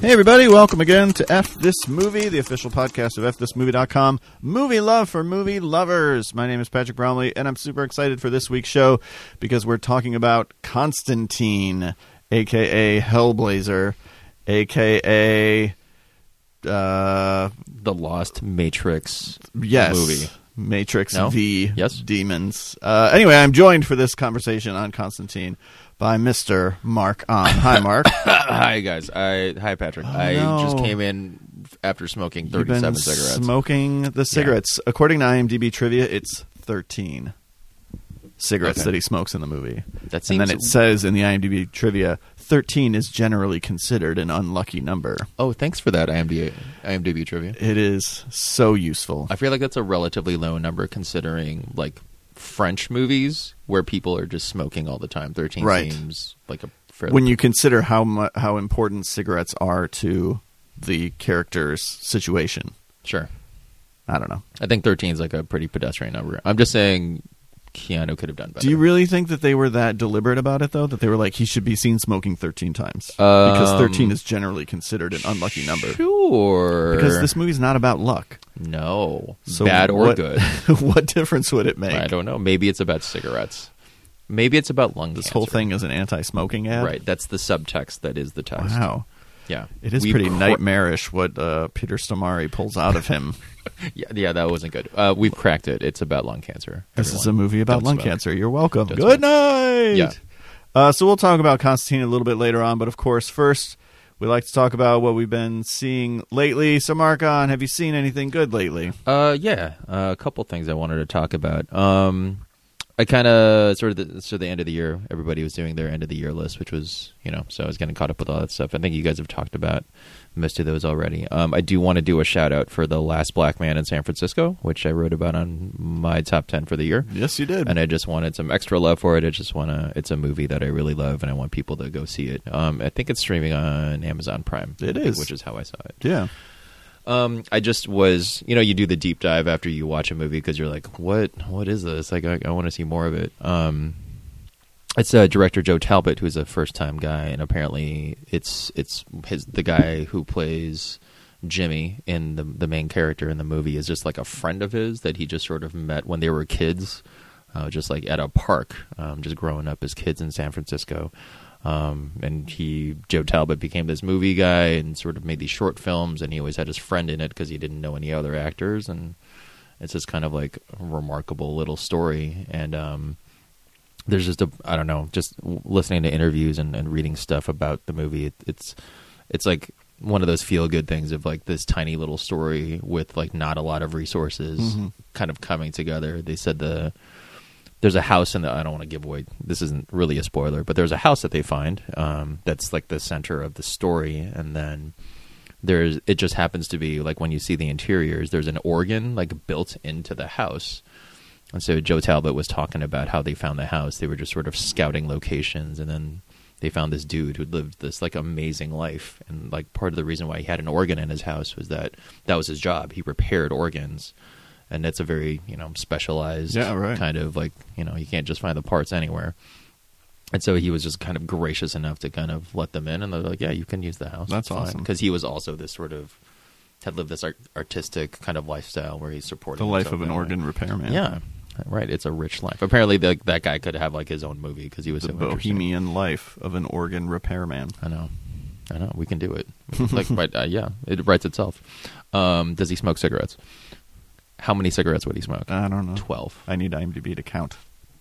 Hey, everybody, welcome again to F This Movie, the official podcast of FThisMovie.com. Movie love for movie lovers. My name is Patrick Bromley, and I'm super excited for this week's show because we're talking about Constantine, aka Hellblazer, aka. Uh, The Lost Matrix yes. movie. Matrix No? V Yes? Demons. Uh, anyway, I'm joined for this conversation on Constantine by Mr. Mark On. Hi, Mark. hi guys. I hi Patrick. I Oh, no. just came in after smoking You've been 37 cigarettes. Smoking the cigarettes. According to IMDb trivia, it's 13 cigarettes Okay. that he smokes in the movie. That and then it seems- says in the IMDb trivia, 13 is generally considered an unlucky number. oh, thanks for that IMDb IMDb trivia. It is so useful. I feel like that's a relatively low number considering like French movies where people are just smoking all the time. 13 Right. seems like a fairly when you consider how mu- how important cigarettes are to the character's situation. Sure. I don't know. I think 13 is like a pretty pedestrian number. I'm just saying Keanu could have done better. Do you really think that they were that deliberate about it though? That they were like he should be seen smoking 13 times Um, because 13 is generally considered an unlucky number. Sure. Because this movie's not about luck. No. So Bad or what- good. what difference would it make? I don't know. Maybe it's about cigarettes. Maybe it's about lung This cancer. whole thing is an anti-smoking ad. Right. That's the subtext that is the text. Wow. Yeah. It is We pretty cro- nightmarish what uh, Peter Stomari pulls out of him. Yeah, yeah, that wasn't good. Uh, we've cracked it. It's about lung cancer. this is a everyone. movie about Don't lung smoke. cancer. You're welcome. Don't Good smoke. night. Yeah. Uh, so we'll talk about Constantine a little bit later on, but of course, first we like to talk about what we've been seeing lately. So, Marcon, have you seen anything good lately? Uh, yeah, uh, a couple things I wanted to talk about. Um, I kind of sort of the, so the end of the year, everybody was doing their end of the year list, which was you know, so I was getting caught up with all that stuff. I think you guys have talked about most of those already. Um, I do want to do a shout out for the last black man in San Francisco, which I wrote about on my top ten for the year. Yes, you did. and I just wanted some extra love for it. I just want to. It's a movie that I really love, and I want people to go see it. Um, I think it's streaming on Amazon Prime. It I think, is. which is how I saw it. yeah. Um, I just was, you know, you do the deep dive after you watch a movie because you're like, what, what is this? Like, I, I want to see more of it. Um, it's uh, director Joe Talbot, who's a first time guy, and apparently it's it's his the guy who plays Jimmy in the the main character in the movie is just like a friend of his that he just sort of met when they were kids, uh, just like at a park, um, just growing up as kids in San Francisco. Um, and he Joe Talbot became this movie guy and sort of made these short films, and he always had his friend in it because he didn't know any other actors, and it's this kind of like remarkable little story and. um there's just a I don't know, just w- listening to interviews and, and reading stuff about the movie. It, it's it's like one of those feel good things of like this tiny little story with like not a lot of resources Mhm. kind of coming together. They said the there's a house in the I don't want to give away. This isn't really a spoiler, but there's a house that they find um, that's like the center of the story, and then there's it just happens to be like when you see the interiors, there's an organ like built into the house. And so Joe Talbot was talking about how they found the house. They were just sort of scouting locations, and then they found this dude who lived this like amazing life. And like part of the reason why he had an organ in his house was that that was his job. He repaired organs, and that's a very you know specialized Yeah, right. kind of like you know you can't just find the parts anywhere. And so he was just kind of gracious enough to kind of let them in, and they're like, "Yeah, you can use the house." That's awesome. because he was also this sort of had lived this art- artistic kind of lifestyle where he supported The life himself of an that way. organ repairman. Yeah, right. It's a rich life. Apparently, the, that guy could have like his own movie because he was The so interesting. bohemian life of an organ repairman. I know, I know. We can do it. like, right, uh, yeah, it writes itself. Um, does he smoke cigarettes? How many cigarettes would he smoke? I don't know. Twelve. I need IMDb to count.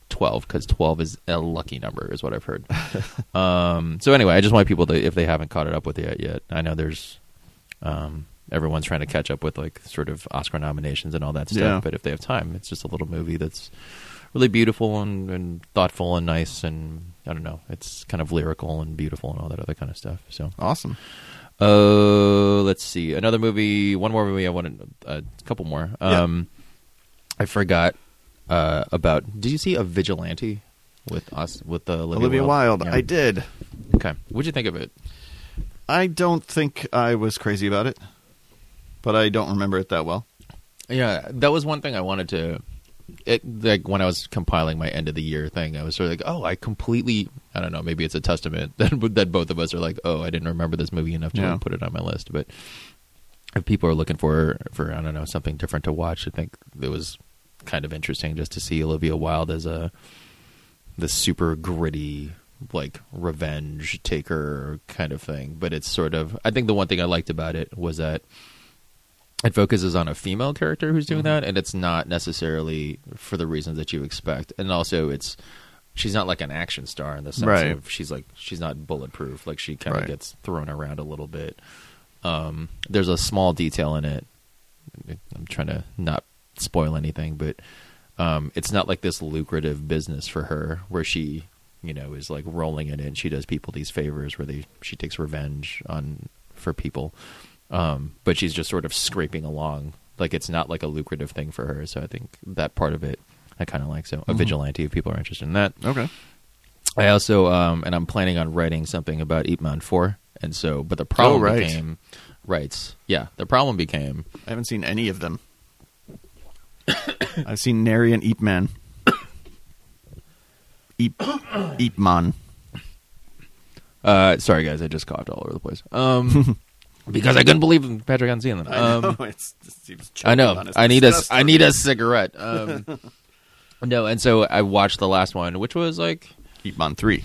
12 because 12 is a lucky number is what i've heard um, so anyway i just want people to if they haven't caught it up with it yet i know there's um, everyone's trying to catch up with like sort of oscar nominations and all that stuff Yeah. but if they have time it's just a little movie that's really beautiful and, and thoughtful and nice and i don't know it's kind of lyrical and beautiful and all that other kind of stuff so Awesome. uh, let's see. Another movie. One more movie. I wanted uh, a couple more. Yeah. Um, I forgot uh, about. Did you see a vigilante with us with the Olivia, Olivia Wilde. Yeah. I did. Okay. What'd you think of it? I don't think I was crazy about it, but I don't remember it that well. Yeah, that was one thing I wanted to it, like when I was compiling my end of the year thing, I was sort of like, oh, I completely, I don't know, maybe it's a testament that that both of us are like, oh, I didn't remember this movie enough to Yeah. put it on my list. But if people are looking for for I don't know something different to watch, I think it was kind of interesting just to see Olivia Wilde as a the super gritty like revenge taker kind of thing. But it's sort of I think the one thing I liked about it was that it focuses on a female character who's doing Mm-hmm. that, and it's not necessarily for the reasons that you expect. And also, it's she's not like an action star in the sense Right. of she's like she's not bulletproof. Like she kind of Right. gets thrown around a little bit. Um, there's a small detail in it. I'm trying to not spoil anything, but um, it's not like this lucrative business for her where she, you know, is like rolling it in. She does people these favors where they she takes revenge on for people, um, but she's just sort of scraping along. Like it's not like a lucrative thing for her. So I think that part of it, I kind of like. So Mm-hmm. a vigilante, if people are interested in that. Okay. I also um, and I'm planning on writing something about Ip Man Four, and so but the problem Oh, right. became rights. Yeah, the problem became I haven't seen any of them. I've seen Nary and Eep Man. Eep, Eep Man. Uh, sorry, guys, I just coughed all over the place. Um, because I couldn't believe Patrick hadn't seen them. Um, it's, it's I know. I need a. I need a cigarette. Um, no, and so I watched the last one, which was like Eep Man 3.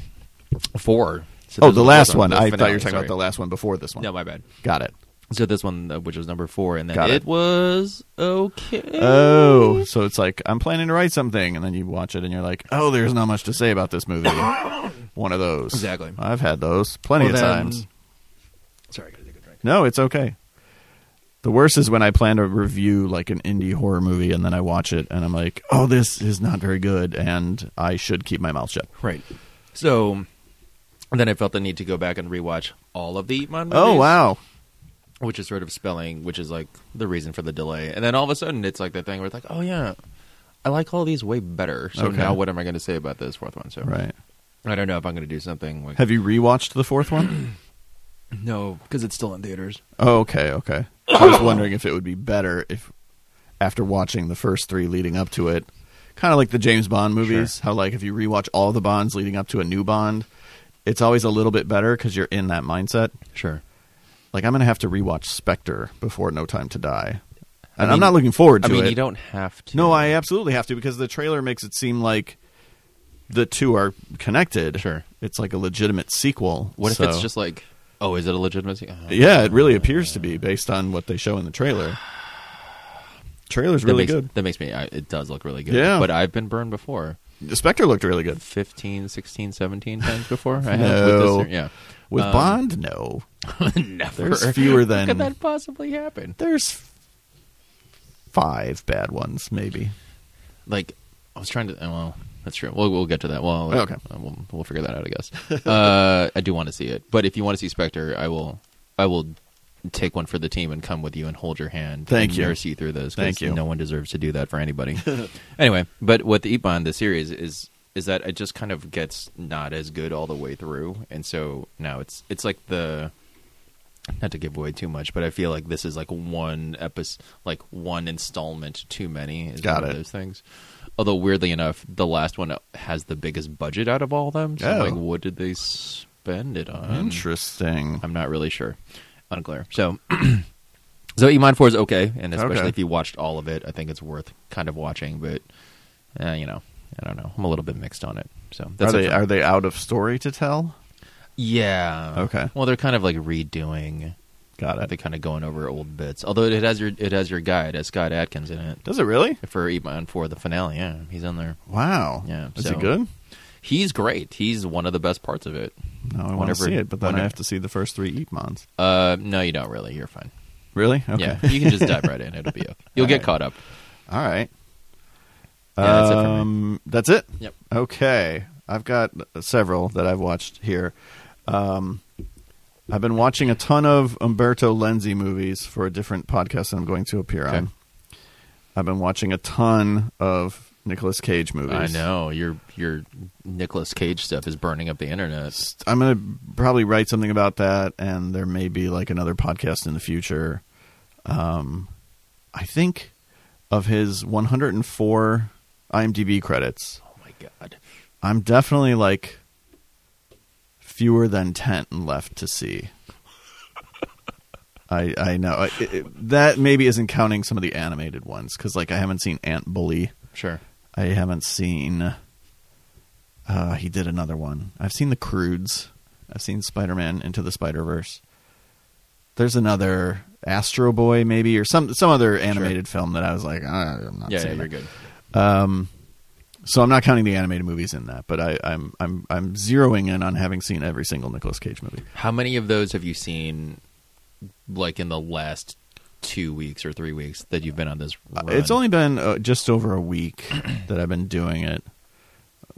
four. So Oh, there's the a- last there's a- one. the I thought you finale, were talking sorry. about the last one before this one. No, my bad. Got it. So this one, uh, which was number four, and then Got it. it. was okay. Oh, so it's like I'm planning to write something, and then you watch it, and you're like, "Oh, there's not much to say about this movie." One of those, Exactly. I've had those plenty Well, of then- times. Sorry, I gotta take a drink. No, it's okay. The worst is when I plan to review like an indie horror movie, and then I watch it, and I'm like, "Oh, this is not very good," and I should keep my mouth shut. Right. So then I felt the need to go back and rewatch all of the Eat Mon movies. Oh wow, which is sort of spelling, which is like the reason for the delay. And then all of a sudden, it's like the thing where it's like, oh yeah, I like all these way better. So Okay. now, what am I going to say about this fourth one? So right? I don't know if I'm going to do something like Have you rewatched the fourth one? no, because it's still in theaters. Oh, okay, okay. I was wondering if it would be better if after watching the first three leading up to it, kind of like the James Bond movies, how like if you rewatch all the Bonds leading up to a new Bond, it's always a little bit better because you're in that mindset. Sure. Like I'm gonna have to rewatch Spectre before No Time to Die, and I I'm mean- not looking forward to I mean, it. you don't have to. no, I absolutely have to because the trailer makes it seem like the two are connected. Sure. it's like a legitimate sequel. What if it's so- just like, oh, is it a legitimacy? Uh, yeah, it really appears to be based on what they show in the trailer. Trailer's that really makes, good. That makes me. I, it does look really good. Yeah. But I've been burned before. The Spectre looked really good. 15, 16, 17 times before. I No. With this, yeah. With Um, Bond, no. Never. There's fewer How than could that possibly happen? there's five bad ones, maybe. like I was trying to. oh, Well, that's true. We'll we'll get to that. Well, Okay. uh, we'll, we'll figure that out, I guess. uh, I do want to see it, but if you want to see Spectre, I will. I will take one for the team and come with you and hold your hand. Thank and you. Nurse you through this. 'cause Thank you. No one deserves to do that for anybody. anyway, but what the Ipan the series is is that it just kind of gets not as good all the way through, and so now it's it's like the not to give away too much, but I feel like this is like one episode, like one installment too many. Is Got it. one Of those things. Although weirdly enough, the last one has the biggest budget out of all of them. So I'm Oh. like, what did they spend it on? Interesting. Hmm. I'm not really sure. Unclear. So, so Iman Four is okay, and especially Okay. if you watched all of it, I think it's worth kind of watching. But uh, you know, I don't know. I'm a little bit mixed on it. So Are it they for- are they out of story to tell? Yeah. Okay. Uh, Well, they're kind of like redoing Got it. they're kind of going over old bits. Although it has your it has your guy, it has Scott Adkins in it Does it really? for Eat Mine for the finale. Yeah, he's in there. Wow. Yeah, Is so- it good? He's great. He's one of the best parts of it. No, I want to Whenever- see it, but then whenever- I have to see the first three Eepmons. Uh, no, you don't really. You're fine. Really? Okay. Yeah, you can just dive right in. It'll be okay. You'll All get right. caught up. All right. Yeah, that's it for me. um, that's it. Yep. Okay, I've got several that I've watched here. Um, I've been watching a ton of Umberto Lenzi movies for a different podcast that I'm going to appear Okay. on. I've been watching a ton of Nicolas Cage I movies. know your your Nicolas Cage stuff is burning up the internet. I'm going to probably write something about that, and there may be like another podcast in the future. Um, I think of his 104 IMDb credits. Oh my god. I'm definitely like fewer than 10 left to see. I I know. I- it- it- that maybe isn't counting some of the animated ones cuz like I haven't seen Ant Bully. Sure. I haven't seen uh he did another one. I've seen The Crudes. I've seen Spider-Man Into the Spider-Verse. There's another Astro Boy maybe or some some other animated film that I was like "Ah, I'm not Yeah, yeah, seeing you're that." good. Um, so I'm not counting the animated movies in that, but I, I'm I'm I'm zeroing in on having seen every single Nicolas Cage movie. How many of those have you seen, like in the last two weeks or three weeks that you've been on this? Uh, Run? It's only been uh, just over a week that I've been doing it,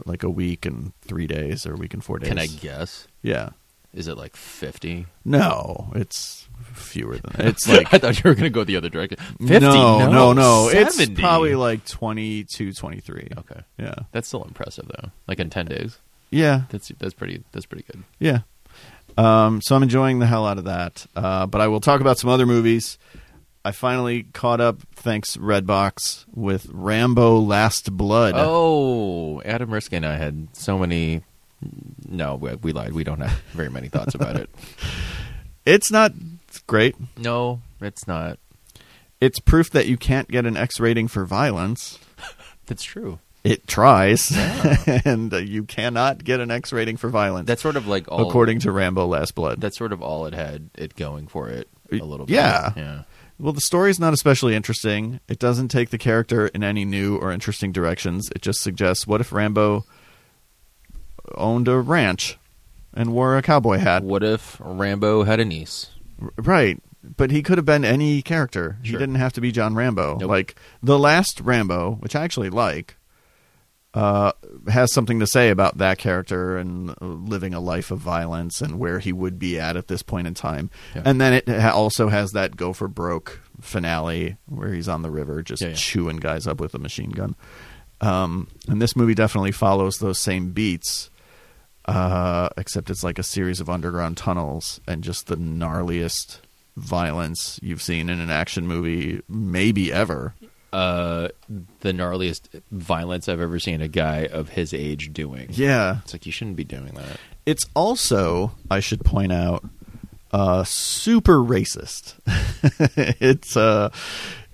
like a week and three days or a week and four days. Can I guess? Yeah. Is it like fifty? No, it's fewer than that. It's like I thought you were going to go the other direction. 50? no, no, no. It's 70. probably like 22, 23. okay. Yeah. That's still impressive though. Like in ten days, Yeah. that's that's pretty that's pretty good. Yeah. Um, so I'm enjoying the hell out of that. Uh, but I will talk about some other movies. I finally caught up, thanks Redbox, with Rambo Last Blood. Oh, Adam Risk and I had so many. No, we, we lied. We don't have very many thoughts about it. It's not great. No, it's not. It's proof that you can't get an X rating for violence. That's true. It tries, and uh, you cannot get an X rating for violence, That's sort of like all. according to Rambo Last Blood. that's sort of all it had it going for it a little bit. Yeah. Yeah. Well, the story's not especially interesting. It doesn't take the character in any new or interesting directions. It just suggests what if Rambo owned a ranch and wore a cowboy hat? What if Rambo had a niece? R- Right. But he could have been any character. He Sure. didn't have to be John Rambo. Nope. Like the last Rambo, which I actually like, uh, has something to say about that character and uh, living a life of violence and where he would be at at this point in time. Yeah. And then it ha- also has that go for broke finale where he's on the river just Yeah, yeah. chewing guys up with a machine gun. Um, and this movie definitely follows those same beats uh, except it's like a series of underground tunnels and just the gnarliest violence you've seen in an action movie maybe ever. Uh, the gnarliest violence I've ever seen a guy of his age doing. Yeah, It's like you shouldn't be doing that. it's also I should point out uh, super racist. it's a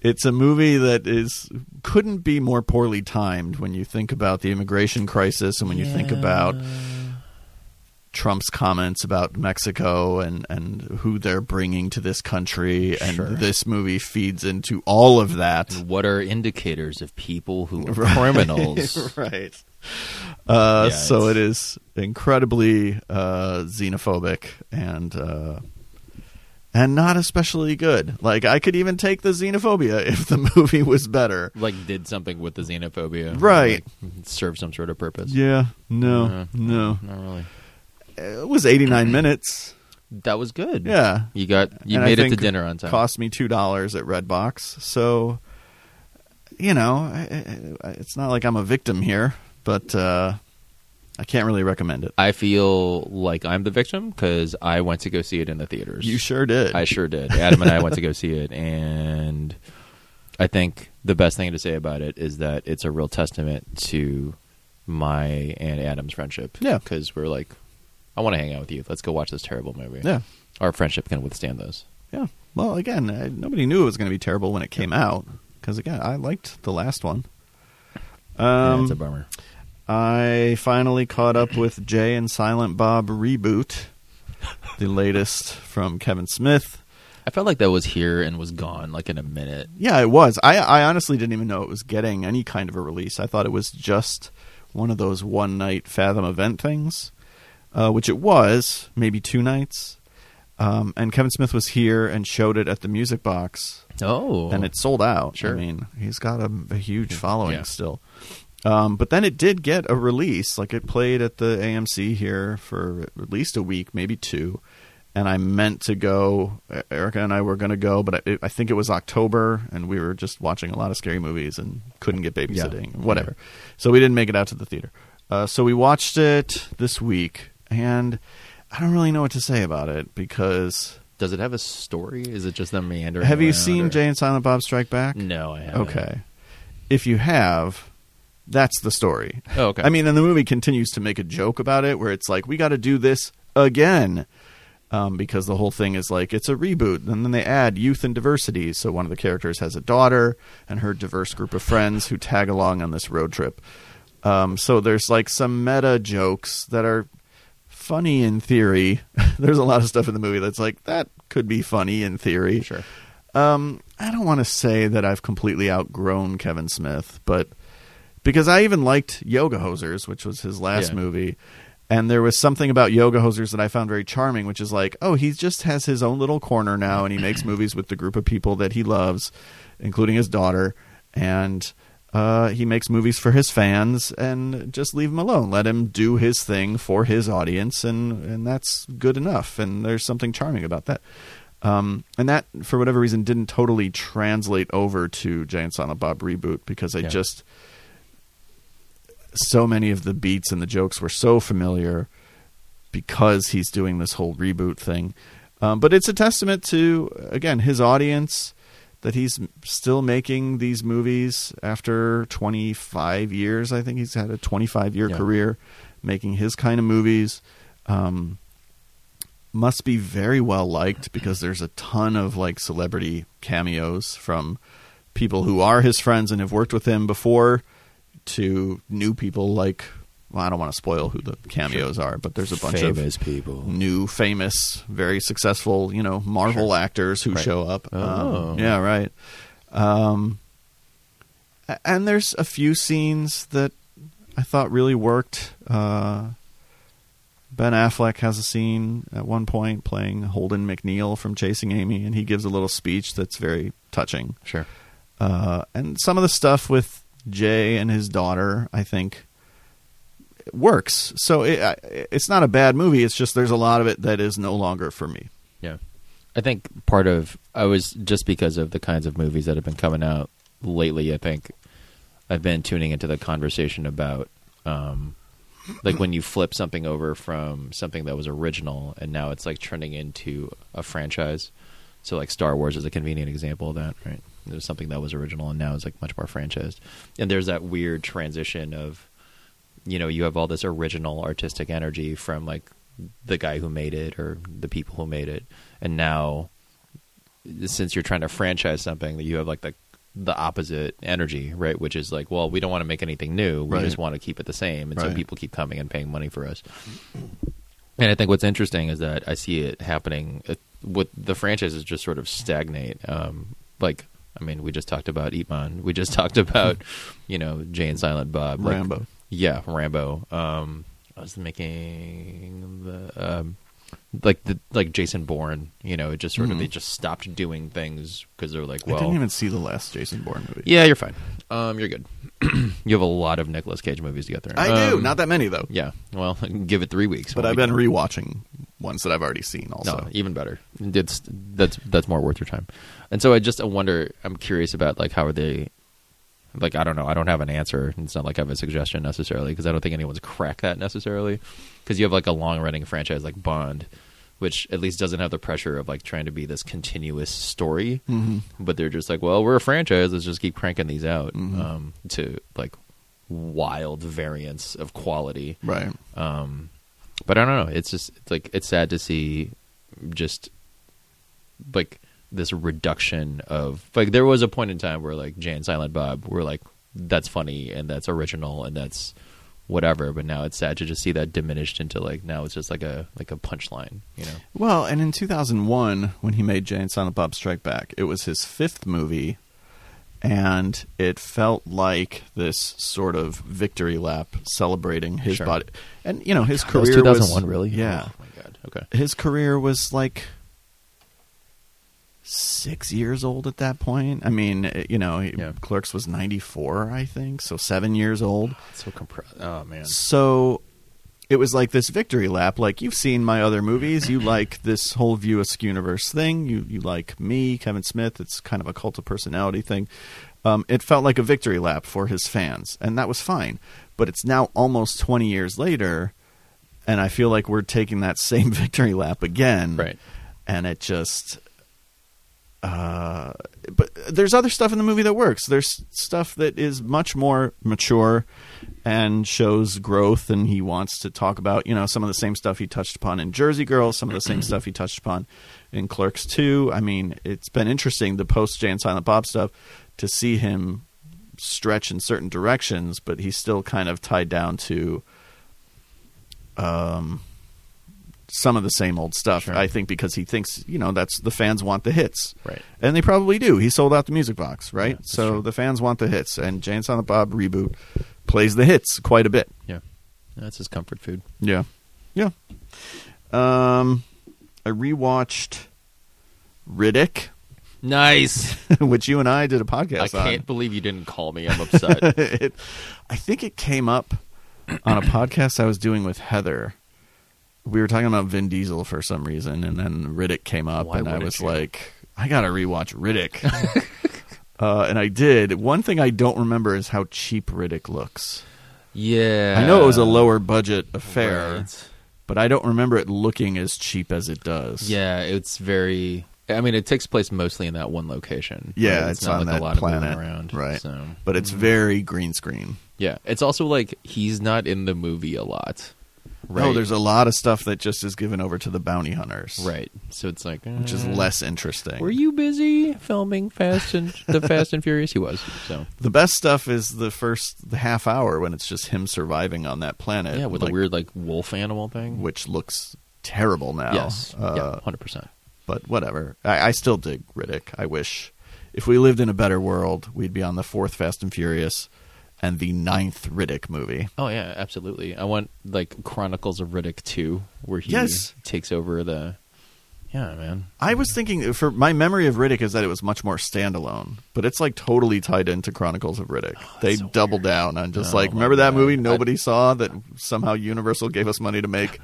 it's a movie that is couldn't be more poorly timed when you think about the immigration crisis and when you think about Trump's comments about Mexico and, and who they're bringing to this country, and Sure. this movie feeds into all of that. what are indicators of people who are Right. criminals? right. Uh, Yeah, so it's- it is incredibly uh, xenophobic and uh, and not especially good. Like I could even take the xenophobia if the movie was better. like did something with the xenophobia, Right. Like, serve some sort of purpose. Yeah. No. Yeah. No. Not really. It was eighty nine minutes. That was good. Yeah. you got you And I made it to think dinner on time. Cost me two dollars at Redbox, so you know I- I- I- it's not like I'm a victim here, but uh, I can't really recommend it. I feel like I'm the victim because I went to go see it in the theaters. You sure did. I sure did. Adam and I went to go see it, and I think the best thing to say about it is that it's a real testament to my and Adam's friendship. Yeah. because we're like, I want to hang out with you. Let's go watch this terrible movie. yeah, our friendship can withstand those. yeah. Well, again, I, nobody knew it was going to be terrible when it came out because again, I liked the last one. Yeah, Um, it's a bummer. I finally caught up with Jay and Silent Bob reboot, the latest from Kevin Smith. I felt like that was here and was gone like in a minute. Yeah, it was. I, I honestly didn't even know it was getting any kind of a release. I thought it was just one of those one night Fathom event things, uh, which it was, maybe two nights. Um, and Kevin Smith was here and showed it at the Music Box, Oh, and it sold out. Sure. I mean, he's got a, a huge following Yeah. still. Um, but then it did get a release. Like it played at the AMC here for at least a week, maybe two. And I meant to go. E- Erica and I were going to go, but I, it, I think it was October, and we were just watching a lot of scary movies and couldn't get babysitting, whatever. So we didn't make it out to the theater. Uh, so we watched it this week, and I don't really know what to say about it because. does it have a story? Is it just them meandering? Have you around, seen or- Jay and Silent Bob Strike Back? No, I haven't. Okay. If you have, That's the story. Oh, okay. I mean, and the movie continues to make a joke about it, where it's like, we got to do this again, um, because the whole thing is like it's a reboot, and then they add youth and diversity. So one of the characters has a daughter and her diverse group of friends who tag along on this road trip. Um, so there's like some meta jokes that are funny in theory. there's a lot of stuff in the movie that's like that could be funny in theory. sure. Um, I don't want to say that I've completely outgrown Kevin Smith, but because I even liked Yoga Hosers, which was his last Yeah. movie, and there was something about Yoga Hosers that I found very charming, which is like, oh, he just has his own little corner now, and he makes movies with the group of people that he loves, including his daughter, and uh, he makes movies for his fans, and just leave him alone, let him do his thing for his audience, and and that's good enough. And there's something charming about that. Um, and that, for whatever reason, didn't totally translate over to Giant Silent Bob reboot because I Yeah. just so many of the beats and the jokes were so familiar because he's doing this whole reboot thing. Um, but it's a testament to again his audience that he's m- still making these movies after 25 years. I think he's had a 25 year Yeah. career making his kind of movies. Um, must be very well liked because there's a ton of like celebrity cameos from people who are his friends and have worked with him before to new people like well, I don't want to spoil who the cameos are, but there's a bunch of Mm. famous people. new, famous, very successful, you know, Marvel actors who Right. show up. Um, Oh. yeah, right. Um, a- and there's a few scenes that I thought really worked. Uh, ben Affleck has a scene at one point playing Holden McNeil from Chasing Amy, and he gives a little speech that's very touching. Sure. Uh, and some of the stuff with Jay and his daughter, I think, works. So it, I- it's not a bad movie. It's just there's a lot of it that is no longer for me. Yeah. I think part of I was just because of the kinds of movies that have been coming out lately, I think I've been tuning into the conversation about um like when you flip something over from something that was original and now it's like turning into a franchise. So like Star Wars is a convenient example of that, right? There's something that was original and now is like much more franchised. And there's that weird transition of you know you have all this original artistic energy from like the guy who made it or the people who made it and now since you're trying to franchise something that you have like the the opposite energy right which is like well we don't want to make anything new we Right. just want to keep it the same and Right. so people keep coming and paying money for us and i think what's interesting is that i see it happening uh, with the franchises just sort of stagnate um like i mean we just talked about Iman. we just talked about you know jane silent bob like, Rambo. yeah, Rambo. Um, I was making the um, like the like Jason Bourne. You know, it just sort Mhm. of they just stopped doing things because they're like, I well, didn't even see the last Jason Bourne movie. yeah, you're fine. Um, you're good. you have a lot of Nicolas Cage movies to get through. I do. Um, Not that many though. Yeah. Well, give it three weeks. But We'll I've be- been rewatching ones that I've already seen. Also, no, even better. It's that's that's more worth your time. And so I just I wonder. I'm curious about like how are they. Like I don't know. I don't have an answer. It's not like I have a suggestion necessarily because I don't think anyone's cracked that necessarily. Because you have like a long running franchise like Bond, which at least doesn't have the pressure of like trying to be this continuous story. Mhm. But they're just like, well, we're a franchise. Let's just keep cranking these out Mhm. um, to like wild variants of quality. right? Um, but I don't know. It's just it's like it's sad to see just like this reduction of like there was a point in time where like Jay and Silent Bob were like that's funny and that's original and that's whatever. But now it's sad to just see that diminished into like now it's just like a like a punchline. You know? Well, and in 2001, when he made Jay and Silent Bob Strike Back, it was his fifth movie, and it felt like this sort of victory lap celebrating his Sure. Oh body. And, you know, his That was career was, 2001 really? Yeah. Oh my god. Okay. His career was like six years old at that point. I mean, it- you know, he- Yeah. Clerks was 94, I think, so seven years old. so compressed. Oh man. So it was like this victory lap. Like you've seen my other movies, you like this whole View Askew universe thing. You you like me, Kevin Smith. It's kind of a cult of personality thing. Um, it felt like a victory lap for his fans, and that was fine. But it's now almost twenty years later, and I feel like we're taking that same victory lap again. Right. And it just uh, but there's other stuff in the movie that works. There's stuff that is much more mature and shows growth, and he wants to talk about you know some of the same stuff he touched upon in Jersey Girl, some of the same stuff he touched upon in Clerks Two. I mean, it's been interesting the post Jay and Silent Bob stuff to see him stretch in certain directions, but he's still kind of tied down to um, some of the same old stuff. Sure. I think because he thinks you know that's the fans want the hits, Right. And they probably do. He sold out the music box, right? Yeah, that's so true. the fans want the hits, and Jay and Silent Bob reboot plays the hits quite a bit. Yeah. That's his comfort food. Yeah, yeah. Um, I rewatched Riddick, Nice. which you and I did a podcast. I on. can't believe you didn't call me. I'm upset. it, I think it came up on a podcast I was doing with Heather. We were talking about Vin Diesel for some reason, and then Riddick came up, Why and I wouldn't was you? like, I gotta rewatch Riddick. uh, and I did. One thing I don't remember is how cheap Riddick looks. yeah. I know it was a lower budget affair, Right. but I don't remember it looking as cheap as it does. Yeah, it's very. I mean, it takes place mostly in that one location. Yeah, Right? it's on that moving planet, around, right. So Mm-hmm. But it's very green screen. yeah, it's also like he's not in the movie a lot. Right. No, Oh, there's a lot of stuff that just is given over to the bounty hunters. right. So it's like Which is uh, less interesting. Were you busy filming Fast and the Fast and Furious? He was. So The best stuff is the first half hour when it's just him surviving on that planet. yeah, with like, a weird like wolf animal thing. which looks terrible now. yes. uh, yeah. Hundred percent. but whatever. I, I still dig Riddick. I wish if we lived in a better world, we'd be on the fourth Fast and Furious and the ninth Riddick movie. Oh yeah, absolutely. I want like Chronicles of Riddick two, where he Yes. takes over the. Yeah, man. I was thinking uh, for my memory of Riddick is that it was much more standalone, but it's like totally tied into Chronicles of Riddick. they Oh, so double down on just Oh, like my remember that God. movie I- nobody saw that somehow Universal gave us money to make.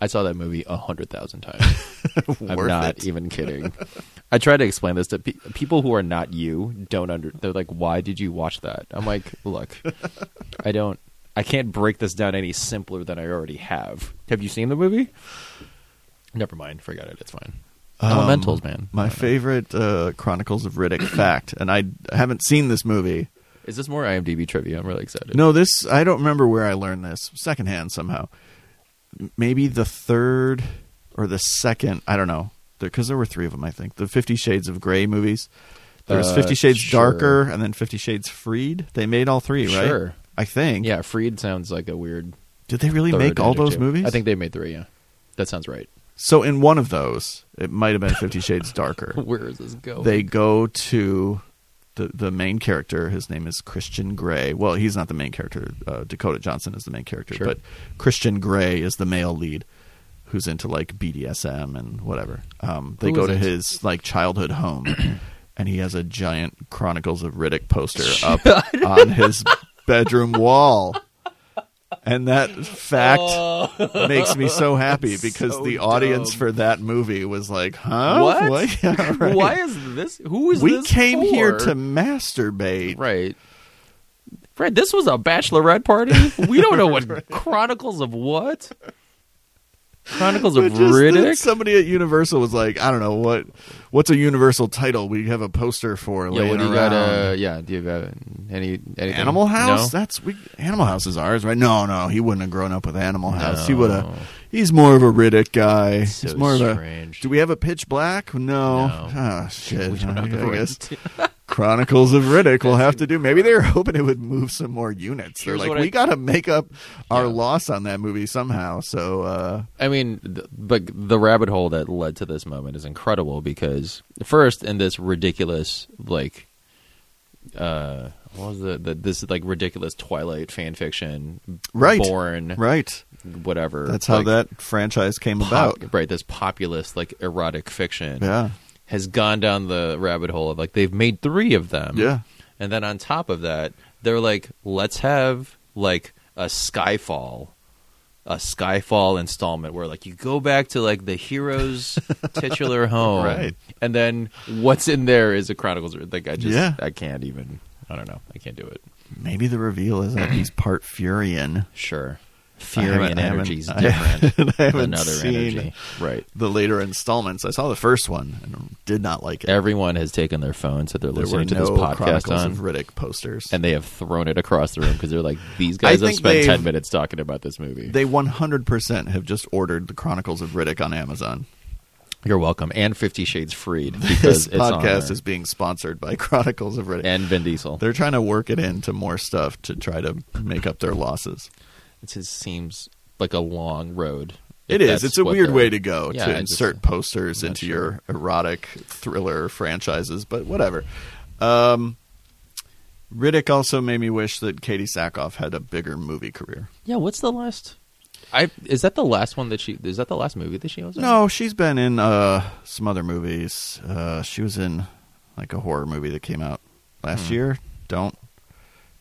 I saw that movie a hundred thousand times. I'm Worth not it. even kidding. I try to explain this to pe- people who are not you. Don't under. They're like, "Why did you watch that?" I'm like, "Look, I don't. I can't break this down any simpler than I already have. Have you seen the movie? Never mind. Forget it. It's fine. Elementals, man. Um, My I don't know. favorite uh, Chronicles of Riddick fact, and I haven't seen this movie. Is this more IMDb trivia? I'm really excited. No, this I don't remember where I learned this secondhand somehow. M- Maybe the third or the second. I don't know because there were three of them. I think the Fifty Shades of Grey movies. There was Uh, Fifty Shades sure. Darker and then Fifty Shades Freed. They made all three, right? Sure. I think. Yeah, Freed sounds like a weird. Did they really third make all those adjective. movies? I think they made three. Yeah, that sounds right. so. In one of those, it might have been Fifty Shades Darker. Where is this going? they go to the the main character. His name is Christian Grey. Well, he's not the main character. Uh, Dakota Johnson is the main character, Sure. but Christian Grey is the male lead who's into like BDSM and whatever. Um, they Who go is to it? his like childhood home, and he has a giant Chronicles of Riddick poster up on his bedroom wall. And that fact makes me so happy because Oh. so the audience dumb. for that movie was like, "Huh? What? Yeah, right Why is this? Who is we this came for? here to masturbate. right. Right, this was a bachelorette party. We don't know what Chronicles of what Chronicles of But just that Riddick. Somebody at Universal was like, I don't know what, what's a Universal title we have a poster for yeah, laying what do you around. got? Uh, yeah, do you have uh, any anything? Animal House? No? That's we. Animal House is ours, right? No, no, he wouldn't have grown up with Animal House. He No. would have. He's more of a Riddick guy. So he's more strange. of a. Do we have a Pitch Black? No. No. Ah, shit. We don't I have the guess right- Chronicles of Riddick will have to do. Maybe they were hoping it would move some more units. They're Here's like, what I- we got to make up our Yeah. loss on that movie somehow. So. uh I mean, th- but the rabbit hole that led to this moment is incredible because first in this ridiculous like uh what was the, the this like ridiculous Twilight fan fiction Right. born Right. whatever That's how like, that franchise came pop- about. right this populist like erotic fiction Yeah. has gone down the rabbit hole of like they've made three of them Yeah. and then on top of that they're like let's have like a Skyfall a Skyfall installment where like you go back to like the hero's titular home, Right. And then what's in there is a Chronicles. Like I just, Yeah. I can't even. I don't know. I can't do it. Maybe the reveal is that he's part Furian. Sure. I Fury haven't- and I haven't- energy is I haven't- different I than haven't other seen- energy. Right. The later installments. I saw the first one and did not like it. Everyone has taken their phones that they're there were listening to no this podcast Chronicles on, of Riddick posters. and they have thrown it across the room because they're like, these guys have think spent they've- 10 minutes talking about this movie. they 100% have just ordered the Chronicles of Riddick on Amazon. You're welcome. And Fifty Shades Freed This because it's on podcast there. is being sponsored by Chronicles of Riddick. and Vin Diesel. They're trying to work it into more stuff to try to make up their losses. It just seems like a long road. It is. It's a weird way to go Yeah, I to just- insert posters I'm not into sure. your erotic thriller franchises, but whatever. Um, Riddick also made me wish that Katie Sackhoff had a bigger movie career. Yeah. What's the last? I is that the last one that she is that the last movie that she was in? No, she's been in uh, some other movies. Uh, she was in like a horror movie that came out last Hmm. year. Don't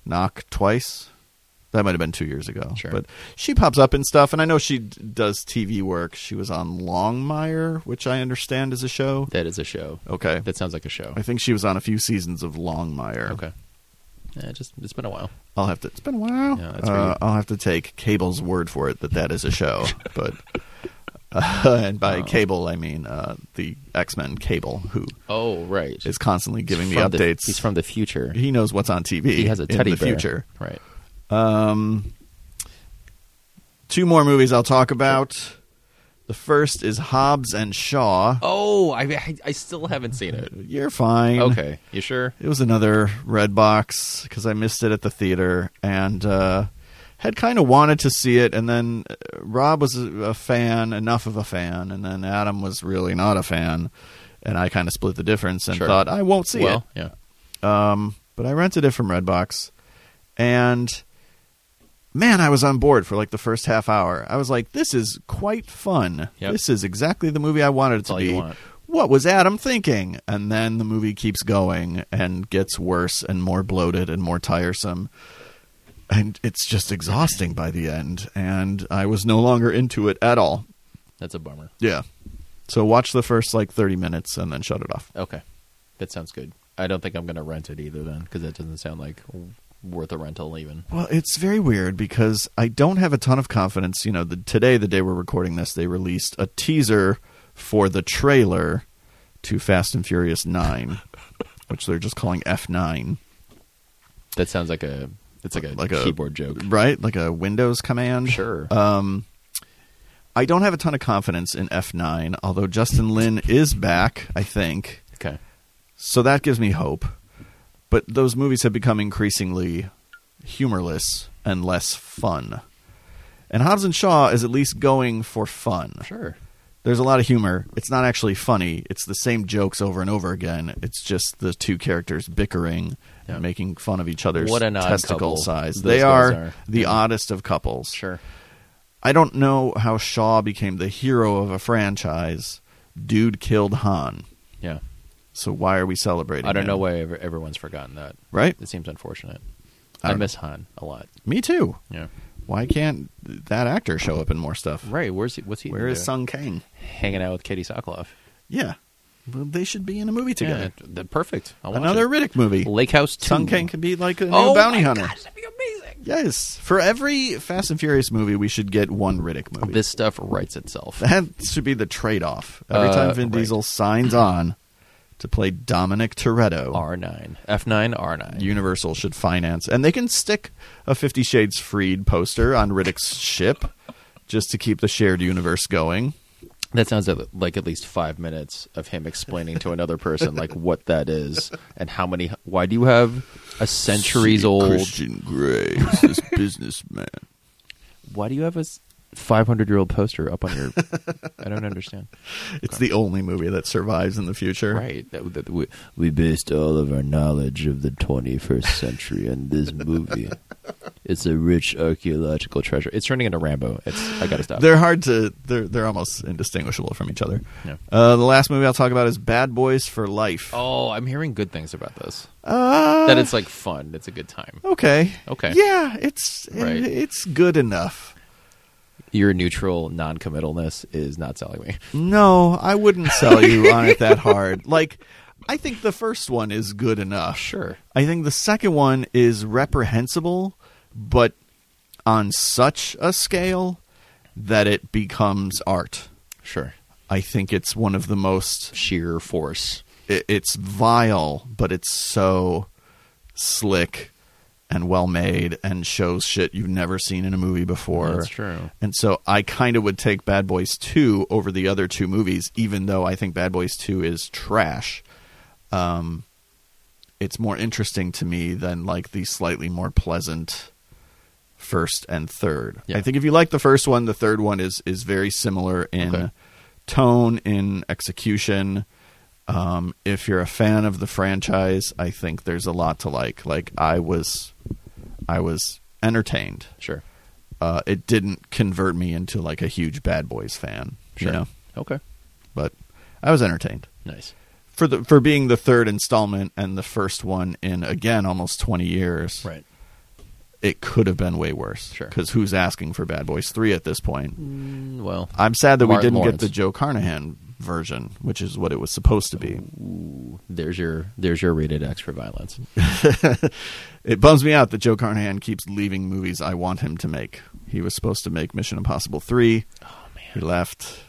knock twice. That might have been two years ago. Sure. But she pops up in stuff, and I know she d- does TV work. She was on Longmire, which I understand is a show. that is a show. Okay. That sounds like a show. I think she was on a few seasons of Longmire. Okay. Yeah, just it's been a while. I'll have to. It's been a while. Yeah, that's Uh, weird. I'll have to take Cable's word for it that that is a show. but uh, and by Oh. Cable, I mean uh, the X Men Cable, who Oh right. is constantly giving me From the- updates. he's from the future. he knows what's on TV. He has a teddy in the bear. future. Right. Um, two more movies I'll talk about. The first is Hobbs and Shaw. Oh, I I, I still haven't seen it. You're fine. Okay. You sure? It was another red box because I missed it at the theater and uh, had kind of wanted to see it. And then uh, Rob was a, a fan, enough of a fan, and then Adam was really not a fan. And I kind of split the difference and Sure. thought I won't see well, yeah. it. Um, but I rented it from Redbox, and man, I was on board for like the first half hour. I was like, "This is quite fun. Yep. This is exactly the movie I wanted it That's to all be." you want. what was Adam thinking? And then the movie keeps going and gets worse and more bloated and more tiresome. And it's just exhausting by the end. And I was no longer into it at all. That's a bummer. Yeah. So watch the first like 30 minutes and then shut it off. Okay, that sounds good. I don't think I'm going to rent it either then, because that doesn't sound like w- worth a rental even. Well, it's very weird because I don't have a ton of confidence. You know, the, today, the day we're recording this, they released a teaser for the trailer to Fast and Furious 9, which they're just calling F9. That sounds like a it's like a Like a- keyboard joke. right? Like a Windows command. Sure. Um, I don't have a ton of confidence in F9, although Justin Lin is back, I think. Okay. So that gives me hope. But those movies have become increasingly humorless and less fun. And Hobbs and Shaw is at least going for fun. Sure. There's a lot of humor. It's not actually funny. It's the same jokes over and over again. It's just the two characters bickering Yeah. and making fun of each other's What an odd testicle couple size. those They guys are, are. the Yeah. oddest of couples. Sure. I don't know how Shaw became the hero of a franchise. Dude killed Han. Yeah. So why are we celebrating? I don't him? know why ev- everyone's forgotten that. Right? It seems unfortunate. I I, don't- miss Han a lot. Me too. Yeah. Why can't that actor show up in more stuff? Right. Where's he? What's he? Where is Sung Kang? hanging out with Katie Sokoloff Yeah. Well, they should be in a movie Yeah, together. the, perfect. I'll watch Another it. Riddick movie. Lake House Two. Sung Kang can be like a new oh bounty my hunter. Gosh, that'd be amazing. Yes. For every Fast and Furious movie, we should get one Riddick movie. This stuff writes itself. That should be the trade off. Every Uh, time Vin right. Diesel signs on to play Dominic Toretto, R nine F nine R nine. Universal should finance. And they can stick a Fifty Shades Freed poster on Riddick's ship just to keep the shared universe going. That sounds at- like at least five minutes of him explaining to another person like what that is and how many. Why do you have a centuries old? Gray is this businessman. Why do you have a five hundred year old poster up on your? I don't understand. It's the only movie that survives in the future. Right. That, that, we, We based all of our knowledge of the 21st century on this movie. it's a rich archaeological treasure. It's turning into Rambo. It's. I gotta stop. They're hard to they're they're almost indistinguishable from each other. Yeah. Uh, the last movie I'll talk about is Bad Boys for Life. oh, I'm hearing good things about this. Uh, That it's like fun. It's a good time. okay. Okay. Yeah, it's Right. it's good enough. Your neutral non-committalness is not selling me. No, I wouldn't sell you on it that hard. Like, I think the first one is good enough. Sure. I think the second one is reprehensible, but on such a scale that it becomes art. Sure. I think it's one of the most Sheer force. it, it's vile, but it's so slick and well made and shows shit you've never seen in a movie before. That's true. And so I kind of would take Bad Boys 2 over the other two movies, even though I think Bad Boys 2 is trash. Um, it's more interesting to me than like the slightly more pleasant first and third. Yeah. I think if you like the first one, the third one is is very similar in Okay. tone, in execution. Um, if you're a fan of the franchise, I think there's a lot to like. Like I was, I was entertained Sure. uh, it didn't convert me into like a huge Bad Boys fan, Sure. you know. Okay. But I was entertained Nice. for the for being the third installment and the first one in again almost twenty years. Right. It could have been way worse. Sure. Because who's asking for Bad Boys three at this point? Mm, well, I'm sad that we Martin didn't Lawrence. get the Joe Carnahan version, which is what it was supposed to be. there's your there's your rated X for violence. It bums me out that Joe Carnahan keeps leaving movies I want him to make. He was supposed to make Mission Impossible three. Oh he man. left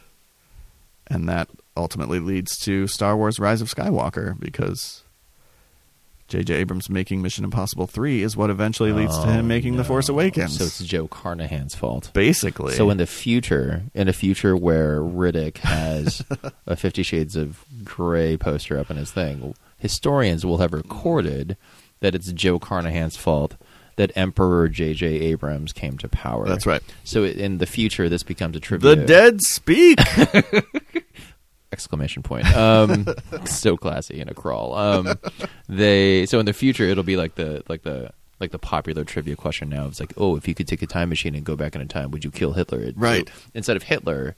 and that ultimately leads to star wars rise of skywalker because jj abrams making mission impossible 3 is what eventually leads to him making the force awakens Oh, So it's Joe Carnahan's fault. basically So in the future, in a future where Riddick has a Fifty Shades of Grey poster up in his thing, historians will have recorded that it's Joe Carnahan's fault that Emperor J.J. Abrams came to power. That's right. So i- in the future, this becomes a trivia. the dead speak exclamation point. Um, so classy in a crawl. Um, they so in the future it'll be like the like the like the popular trivia question now. It's like, oh, if you could take a time machine and go back in a time, would you kill Hitler? It- Right. so instead of Hitler,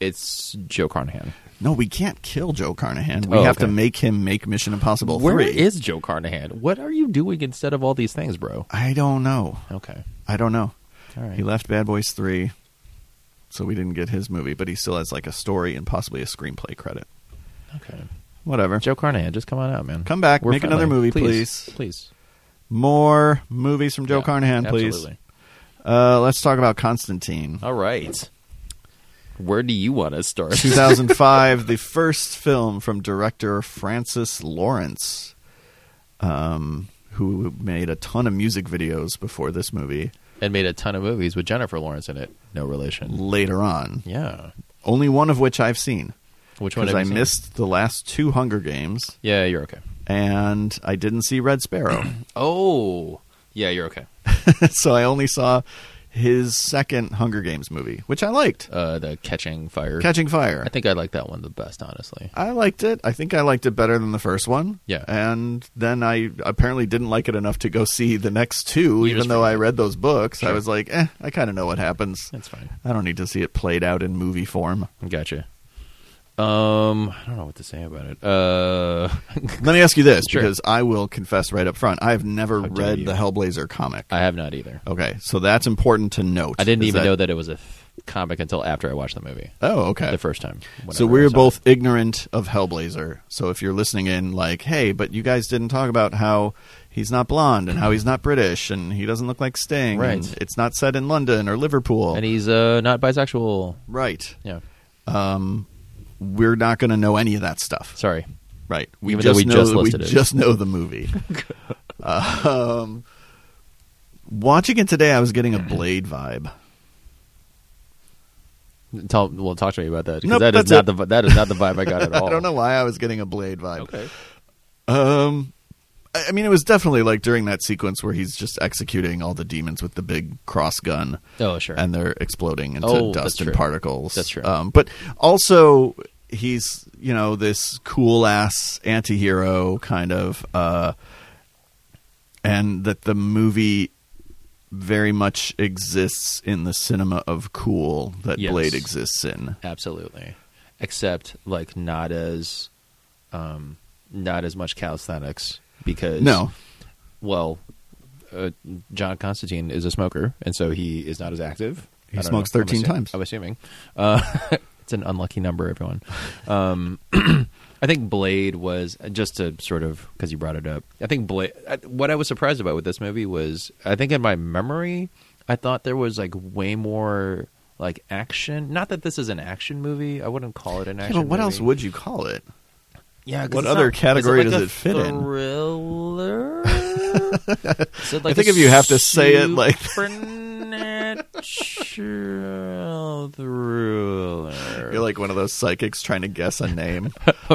it's Joe Carnahan. no we can't kill joe carnahan we Oh, have to okay. make him make mission impossible Where 3 is Joe Carnahan? What are you doing instead of all these things, bro? i don't know Okay. i don't know All right. he left bad boys 3 so we didn't get his movie but he still has like a story and possibly a screenplay credit Okay. whatever Joe Carnahan, just come on out, man. Come back, make another movie, Please. please. more movies from joe Yeah, carnahan please absolutely. Uh, let's talk about Constantine. All right. Where do you want to start? 2005, the first film from director Francis Lawrence, um, who made a ton of music videos before this movie and made a ton of movies with Jennifer Lawrence in it. No relation. later on. Yeah. Only one of which I've seen Which one? because have I you seen? missed the last two Hunger Games Yeah, you're okay. and I didn't see Red Sparrow. Oh, yeah, you're okay. so I only saw his second Hunger Games movie, which I liked Uh, the Catching Fire. Catching Fire. I think I like that one the best, honestly. I liked it. I think I liked it better than the first one. Yeah. And then I apparently didn't like it enough to go see the next two, You even just though I forgot. read those books. I Sure. was like, eh, I kind of know what happens. That's fine. I don't need to see it played out in movie form. Gotcha. Um, I don't know what to say about it. Uh, Let me ask you this, Sure. because I will confess right up front, I've never How dare read you. the Hellblazer comic. I have not either. okay, so that's important to note. I didn't is even know that it was a f- comic until after I watched the movie Oh, okay. the first time. So whenever I we're saw both it. ignorant of Hellblazer. So if you're listening in, like, hey, but you guys didn't talk about how he's not blonde and how he's not British and he doesn't look like Sting. and Right. it's not set in London or Liverpool. and he's uh not bisexual. right. Yeah. Um, we're not going to know any of that stuff. Sorry. Right. We Even though just we know just we listed it. just know the movie. um, watching it today, I was getting a Blade vibe. Tell well, talk to me about that. 'cause Nope, that is that's not it. the that is not the vibe I got at all. I don't know why I was getting a Blade vibe. Okay. Um, I I mean, it was definitely like during that sequence where he's just executing all the demons with the big cross gun, Oh, sure. and they're exploding into Oh, that's dust and true. particles. That's true. Um, but also, he's you know this cool ass anti-hero kind of, uh, and that the movie very much exists in the cinema of cool that Yes. Blade exists in. Absolutely. Except like not as um not as much calisthenics because No, well uh, John Constantine is a smoker and so he is not as active. He I don't smokes know. I'm 13 assuming- times. I'm assuming. Uh it's an unlucky number everyone. Um I think Blade was uh, just to sort of uh, because you brought it up. I think Blade. I- What I was surprised about with this movie was I think in my memory I thought there was like way more like action. Not that this is an action movie. I wouldn't call it an Yeah, action. but what movie. else would you call it? Yeah. 'cause what it's other not- category is it like does a it fit in? Thriller. Is it I think if you have to say it like- supernatural thriller. You're like one of those psychics trying to guess a name.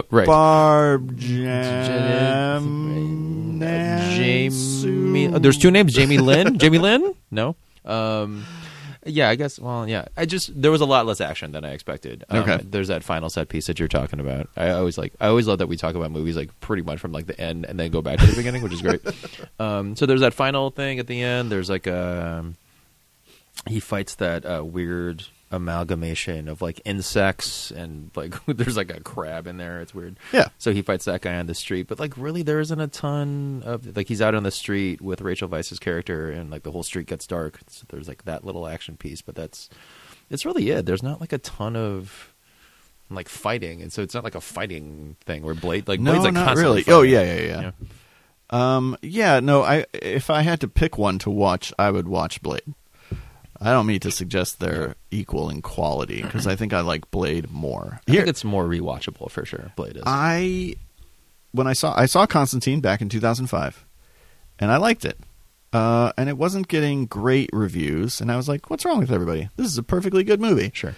right. Barb Jam- Jam Jamie. oh, there's two names: Jamie Lynn. Jamie Lynn. No. Um, yeah, I guess. Well, yeah. I just there was a lot less action than I expected. Um, Okay. There's that final set piece that you're talking about. I always like. I always love that we talk about movies like pretty much from like the end and then go back to the beginning, which is great. Um, so there's that final thing at the end. There's like um he fights that uh, weird amalgamation of like insects and like there's like a crab in there. It's weird. Yeah. So he fights that guy on the street, but like really there isn't a ton of like he's out on the street with Rachel Vice's character and like the whole street gets dark. So there's like that little action piece, but that's it's really it. There's not like a ton of like fighting, and so it's not like a fighting thing where Blade like No, Blade's like not constantly really. Oh, fighting. yeah, yeah, yeah. Um, yeah, no, I if I had to pick one to watch, I would watch Blade. I don't mean to suggest they're equal in quality because I think I like Blade more. I Here, Uh, think it's more rewatchable for sure. Blade is. I when I saw I saw Constantine back in 2005, and I liked it. Uh, and it wasn't getting great reviews, and I was like, "What's wrong with everybody? This is a perfectly good movie." sure.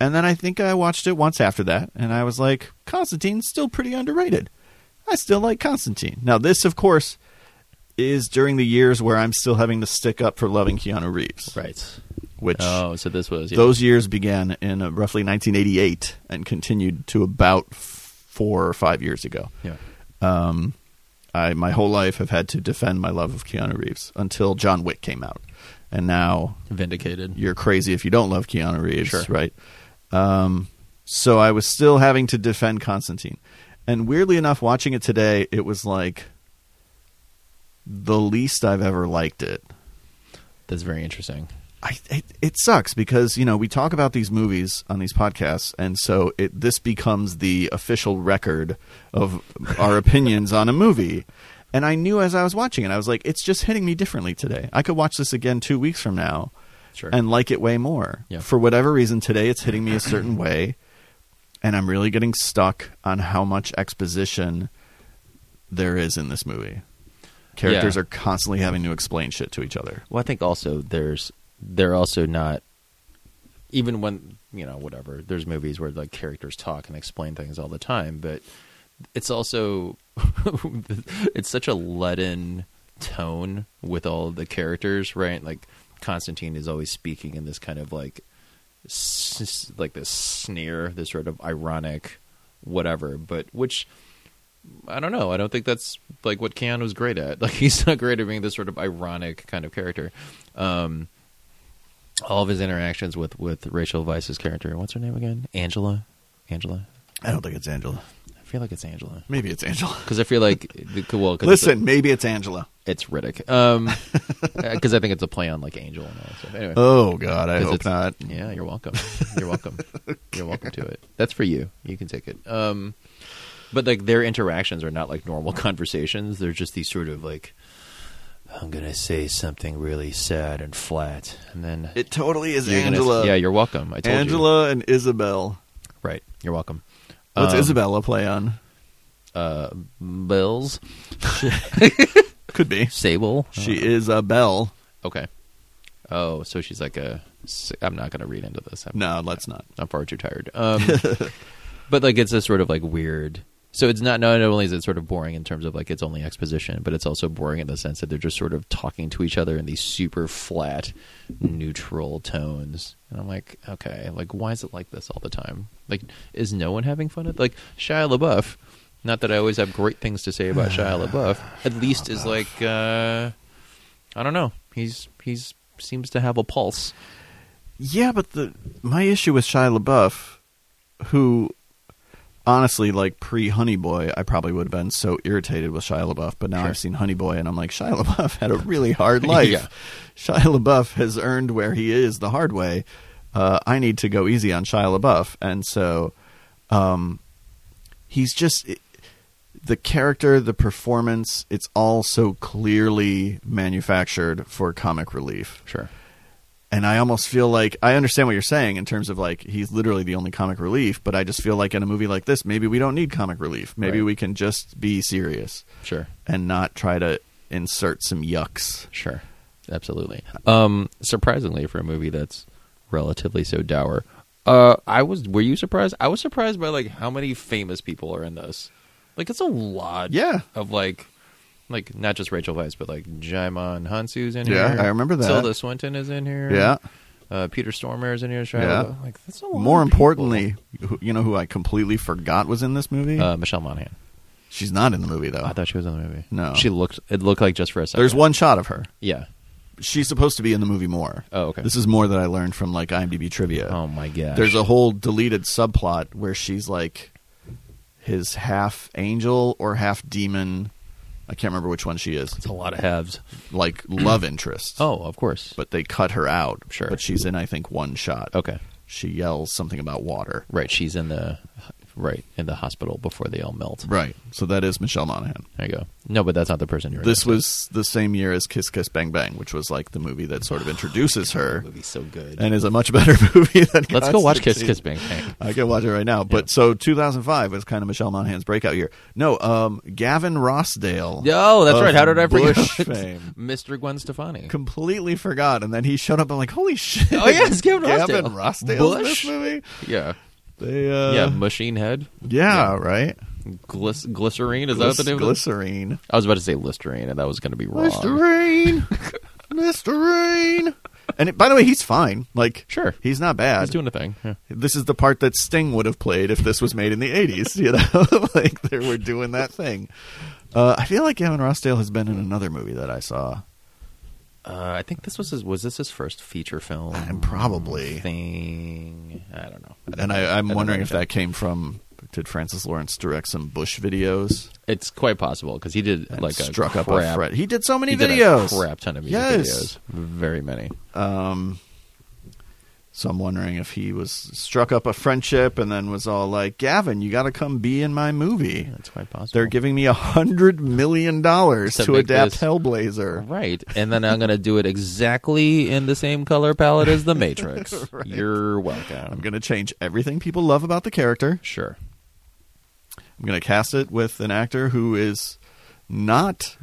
And then I think I watched it once after that, and I was like, Constantine's still pretty underrated. I still like Constantine. Now, this, of course, is during the years where I'm still having to stick up for loving Keanu Reeves, Right. which Oh, so this was yeah. those years began in uh, roughly 1988 and continued to about f- four or five years ago. Yeah. Um, I my whole life have had to defend my love of Keanu Reeves until John Wick came out, and now vindicated. you're crazy if you don't love Keanu Reeves, Sure. right? Um, so I was still having to defend Constantine, and weirdly enough, watching it today, it was like the least I've ever liked it. That's very interesting. I, it, it sucks because you know we talk about these movies on these podcasts, and so it this becomes the official record of our opinions on a movie. And I knew as I was watching it, I was like, it's just hitting me differently today. I could watch this again two weeks from now, Sure. and like it way more. Yeah. For whatever reason, today it's hitting me a certain way, and I'm really getting stuck on how much exposition there is in this movie. Characters Yeah. are constantly having to explain shit to each other. Well, I think also there's they're also not even when you know whatever. There's movies where like characters talk and explain things all the time, but it's also it's such a leaden tone with all the characters, right? Like Constantine is always speaking in this kind of like s- like this sneer, this sort of ironic whatever, but which I don't know. I don't think that's like what Keanu was great at. Like he's not great at being this sort of ironic kind of character. Um, all of his interactions with with Rachel Vice's character. What's her name again? Angela. Angela. I don't think it's Angela. I feel like it's Angela Maybe it's Angela. because I feel like well. 'cause it's a- Listen, maybe it's Angela. it's, Riddick. Um, because I think it's a play on like Angel and all that stuff. Anyway, Oh God, I 'Cause hope it's- not. Yeah, you're welcome. You're welcome. You're welcome to it. That's for you. You can take it. Um, but like their interactions are not like normal conversations. They're just these sort of like, I'm gonna say something really sad and flat, and then It totally is you're gonna- Angela. yeah, you're welcome. I told you. Angela and Isabel. Right. You're welcome. What's Um, Isabella play on? Uh, Bells. Could be. Sable. Uh, She is a bell. Okay. Oh, so she's like a. I'm not gonna read into this. I'm No, let's not. I'm far too tired. Um, but like it's a sort of like weird. So it's not not only is it sort of boring in terms of like it's only exposition, but it's also boring in the sense that they're just sort of talking to each other in these super flat, neutral tones. And I'm like, okay, like why is it like this all the time? Like, is no one having fun? At, like Shia LaBeouf. Not that I always have great things to say about Shia LaBeouf. At least is like, uh, I don't know. He's he's seems to have a pulse. Yeah, but the my issue with Shia LaBeouf, who honestly, like pre Honey Boy, I probably would have been so irritated with Shia LaBeouf, but now Sure. I've seen Honey Boy and I'm like, Shia LaBeouf had a really hard life. Yeah. Shia LaBeouf has earned where he is the hard way. Uh, I need to go easy on Shia LaBeouf, and so um, he's just the character, the performance. It's all so clearly manufactured for comic relief Sure. and I almost feel like I understand what you're saying in terms of like he's literally the only comic relief, but I just feel like in a movie like this, maybe we don't need comic relief. Maybe Right. we can just be serious Sure. and not try to insert some yucks. Sure. Absolutely. Um, surprisingly, for a movie that's relatively so dour, uh, I was. Were you surprised? I was surprised by like how many famous people are in this. Like it's a lot. Yeah. Of like, like not just Rachel Weisz, but like Jaimon Hansu's in Yeah, here. I remember that. Tilda Swinton is in here. Yeah. Uh, Peter Stormare is in here. Shia Yeah. LaBeouf. Like that's a lot. More of people. importantly, who- you know who I completely forgot was in this movie? uh, Michelle Monaghan. She's not in the movie though. I thought she was in the movie. Oh. No. she looked. It looked like just for a second. There's one shot of her. Yeah. She's supposed to be in the movie more. Oh, okay. This is more that I learned from like IMDb trivia. Oh my god. There's a whole deleted subplot where she's like his half angel or half demon. I can't remember which one she is. It's a lot of halves. Like love interest. Oh, of course. But they cut her out. Sure. But she's in, I think, one shot. okay. She yells something about water. Right, she's in the right in the hospital before they all melt. Right. So that is Michelle Monaghan. There you go. No, but that's not the person you're. This was the same year as Kiss Kiss Bang Bang, which was like the movie that sort of introduces her movie's so good. and is a much better movie than Let's go watch Kiss Constantine. Kiss Bang Bang. I can watch it right now. But so 2005 was kind of Michelle Monaghan's breakout year. No, um, Gavin Rossdale. Yo, that's of right. How did I forget? Bush fame. Mr. Gwen Stefani. Completely forgot, and then he showed up. I'm like, holy shit! Oh, yeah, it's Gavin Rossdale. Rossdale's in Bush? this movie. yeah, They, uh, yeah. Machine Head, yeah, right. Glis- glycerine. Is that the name? of it? Glycerine. I was about to say listerine, and that was going to be wrong. Listerine. Listerine. And it, by the way, he's fine. Like, Sure. he's not bad. He's doing a thing. Yeah. this is the part that Sting would have played if this was made in the 80s, you know? like, they were doing that thing. Uh, I feel like Gavin Rossdale has been in another movie that I saw. Uh, I think this was his. Was this his first feature film? I'm probably- thing. I don't know. And I, I'm don't wondering know if that came from. Did Francis Lawrence direct some Bush videos? It's quite possible because he did and like a struck crap, up a Fred. He did so many he did a videos. crap ton of music Yes. videos, very many. Um, so I'm wondering if he was struck up a friendship and then was all like, "Gavin, you got to come be in my movie." That's quite possible. They're giving me a hundred million dollars To to make adapt this- Hellblazer. right, and then I'm gonna do it exactly in the same color palette as the Matrix. You're welcome. I'm going to change everything people love about the character. sure. I'm going to cast it with an actor who is not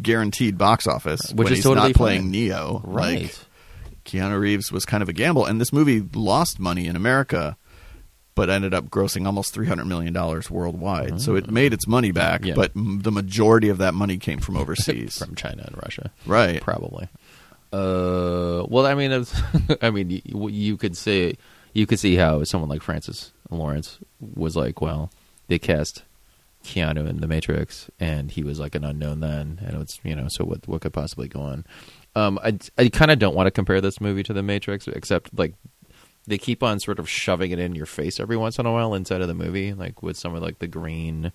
guaranteed box office, Which when is he's totally not playing fine. Neo. Right. Like, Keanu Reeves was kind of a gamble, and this movie lost money in America, but ended up grossing almost three hundred million dollars worldwide. So it made its money back, Mm. Yeah. but m- the majority of that money came from overseas, From China and Russia. right? Probably. Uh, well, I mean, it's, I mean, y- you, could say you could see how someone like Francis Lawrence was like, well, they cast Keanu in The Matrix, and he was like an unknown then, and it's you know, so what what could possibly go on? Um, I I kind of don't want to compare this movie to The Matrix, except like they keep on sort of shoving it in your face every once in a while inside of the movie, like with some of like the green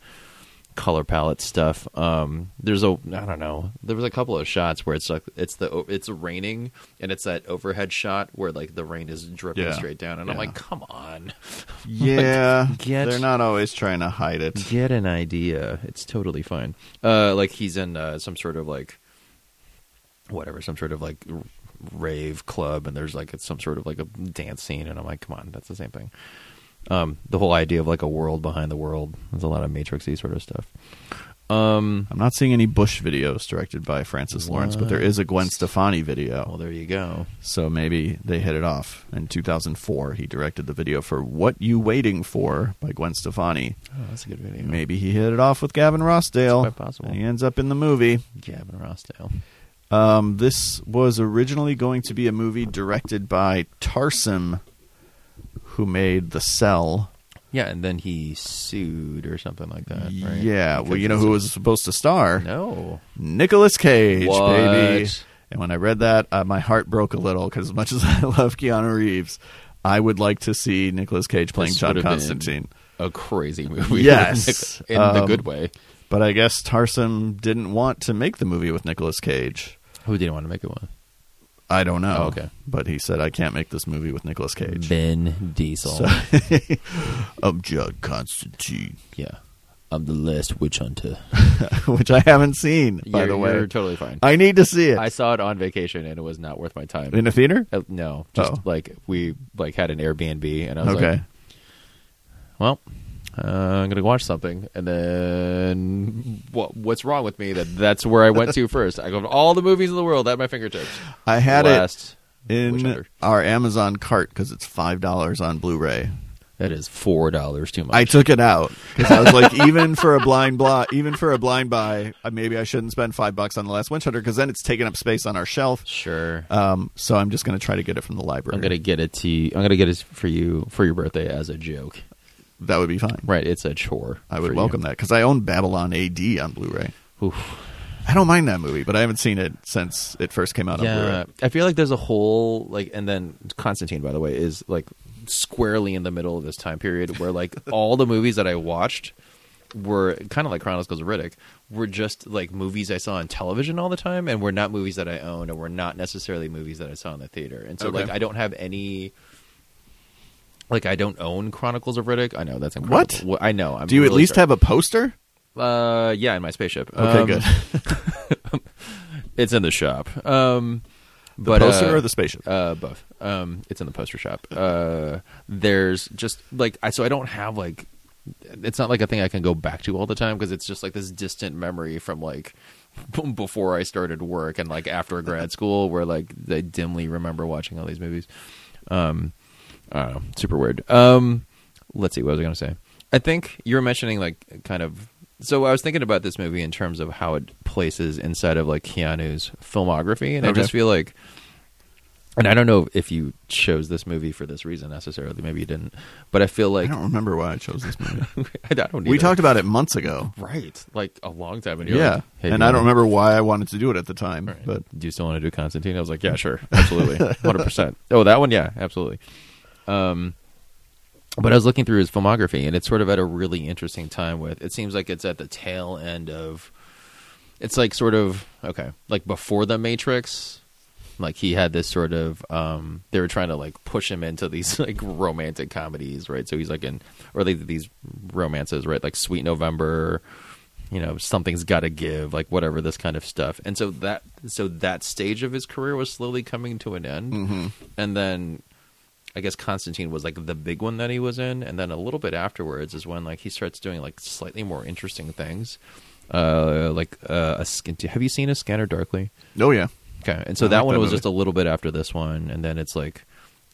color palette stuff. Um, there's a I don't know. There was a couple of shots where it's like it's the it's raining and it's that overhead shot where like the rain is dripping Yeah. straight down, and I'm Yeah. like, come on, Yeah, get- they're not always trying to hide it. get an idea. It's totally fine. Uh, like he's in uh, some sort of like whatever, some sort of like r- rave club, and there's like it's some sort of like a dance scene, and I'm like, come on, that's the same thing. Um, the whole idea of like a world behind the world. There's a lot of matrixy sort of stuff. Um, I'm not seeing any Bush videos directed by Francis Lawrence, but there is a Gwen Stefani video. oh, well, there you go. So maybe they hit it off. In 2004, he directed the video for "What You Waiting For" by Gwen Stefani. Oh, that's a good video. Maybe he hit it off with Gavin Rossdale. It's quite possible. And he ends up in the movie. Gavin Rossdale. Um, this was originally going to be a movie directed by Tarsim, who made The Cell. Yeah, and then he sued or something like that. Right? Yeah, well, Because you know it's who a- was supposed to star? No. Nicholas Cage, What? baby. And when I read that, uh, my heart broke a little because as much as I love Keanu Reeves, I would like to see Nicolas Cage playing This John would've been- Constantine. A crazy movie. Yes. in the Um, good way. But I guess Tarsim didn't want to make the movie with Nicolas Cage. Who didn't want to make it one? I don't know. Oh, okay. But he said, I can't make this movie with Nicolas Cage. Ben Diesel. I'm John Constantine. yeah. I'm the last witch hunter. which I haven't seen, by You're- the way. you're totally fine. I need to see it I saw it on vacation and it was not worth my time. in a theater. Uh, no, just Oh. like we like had an Airbnb and I was Okay, like, well, uh, I'm gonna watch something, and then what, what's wrong with me that that's where I went to first? I go to all the movies in the world at my fingertips. I had Last, it in whichever. our Amazon cart because it's five dollars on Blu-ray. That is four dollars too much. I took it out because I was like, even for a blind buy, even for a blind buy, uh, maybe I shouldn't spend five bucks on the Last Witch Hunter because then it's taking up space on our shelf. sure. Um, so I'm just going to try to get it from the library. I'm gonna get it to. you- I'm gonna get it for you for your birthday as a joke. that would be fine. Right, it's a chore. I would welcome that because I own Babylon AD on Blu-ray. that. Oof. I don't mind that movie, but I haven't seen it since it first came out on Yeah, Blu-ray. I feel like there's a whole like, and then Constantine, by the way, is like squarely in the middle of this time period where like all the movies that I watched were kind of like Chronicles of Riddick were just like movies I saw on television all the time, and were not movies that I owned, and were not necessarily movies that I saw in the theater. And so Okay. like I don't have any. Like I don't own Chronicles of Riddick. I know that's What? incredible. What I know. I'm Do you at really least sorry. have a poster? Uh, yeah, in my spaceship. Okay, Um, good. It's in the shop. Um, The but poster uh, or the spaceship? Uh, both. Um, it's in the poster shop. Uh, there's just like I so I don't have like it's not like a thing I can go back to all the time because it's just like this distant memory from like b- before I started work and like after grad school where like I dimly remember watching all these movies. Um, I don't know, super weird. Um, let's see, what was I going to say? I think you were mentioning like kind of. So I was thinking about this movie in terms of how it places inside of like Keanu's filmography, and I Okay. just feel like and I don't know if you chose this movie for this reason necessarily. Maybe you didn't, but I feel I like don't remember why I chose this movie. I don't. we either. talked about it months ago. right like a long time ago. Yeah, Like, hey, do and you I don't wanna- remember why I wanted to do it at the time, right, but do you still want to do Constantine? I was like, yeah, sure, absolutely, hundred percent. Oh, that one, yeah, absolutely. Um, but I was looking through his filmography, and it's sort of at a really interesting time. With it seems like it's at the tail end of. It's like sort of okay, like before the Matrix, like he had this sort of um they were trying to like push him into these like romantic comedies right so he's like in or like these romances right like sweet november you know something's got to give like whatever this kind of stuff and so that so that stage of his career was slowly coming to an end and then i guess constantine was like the big one that he was in and then a little bit afterwards is when like he starts doing like slightly more interesting things uh like uh a skin have you seen a scanner darkly oh yeah, Okay, and so I that like one that was movie. just a little bit after this one, and then it's like,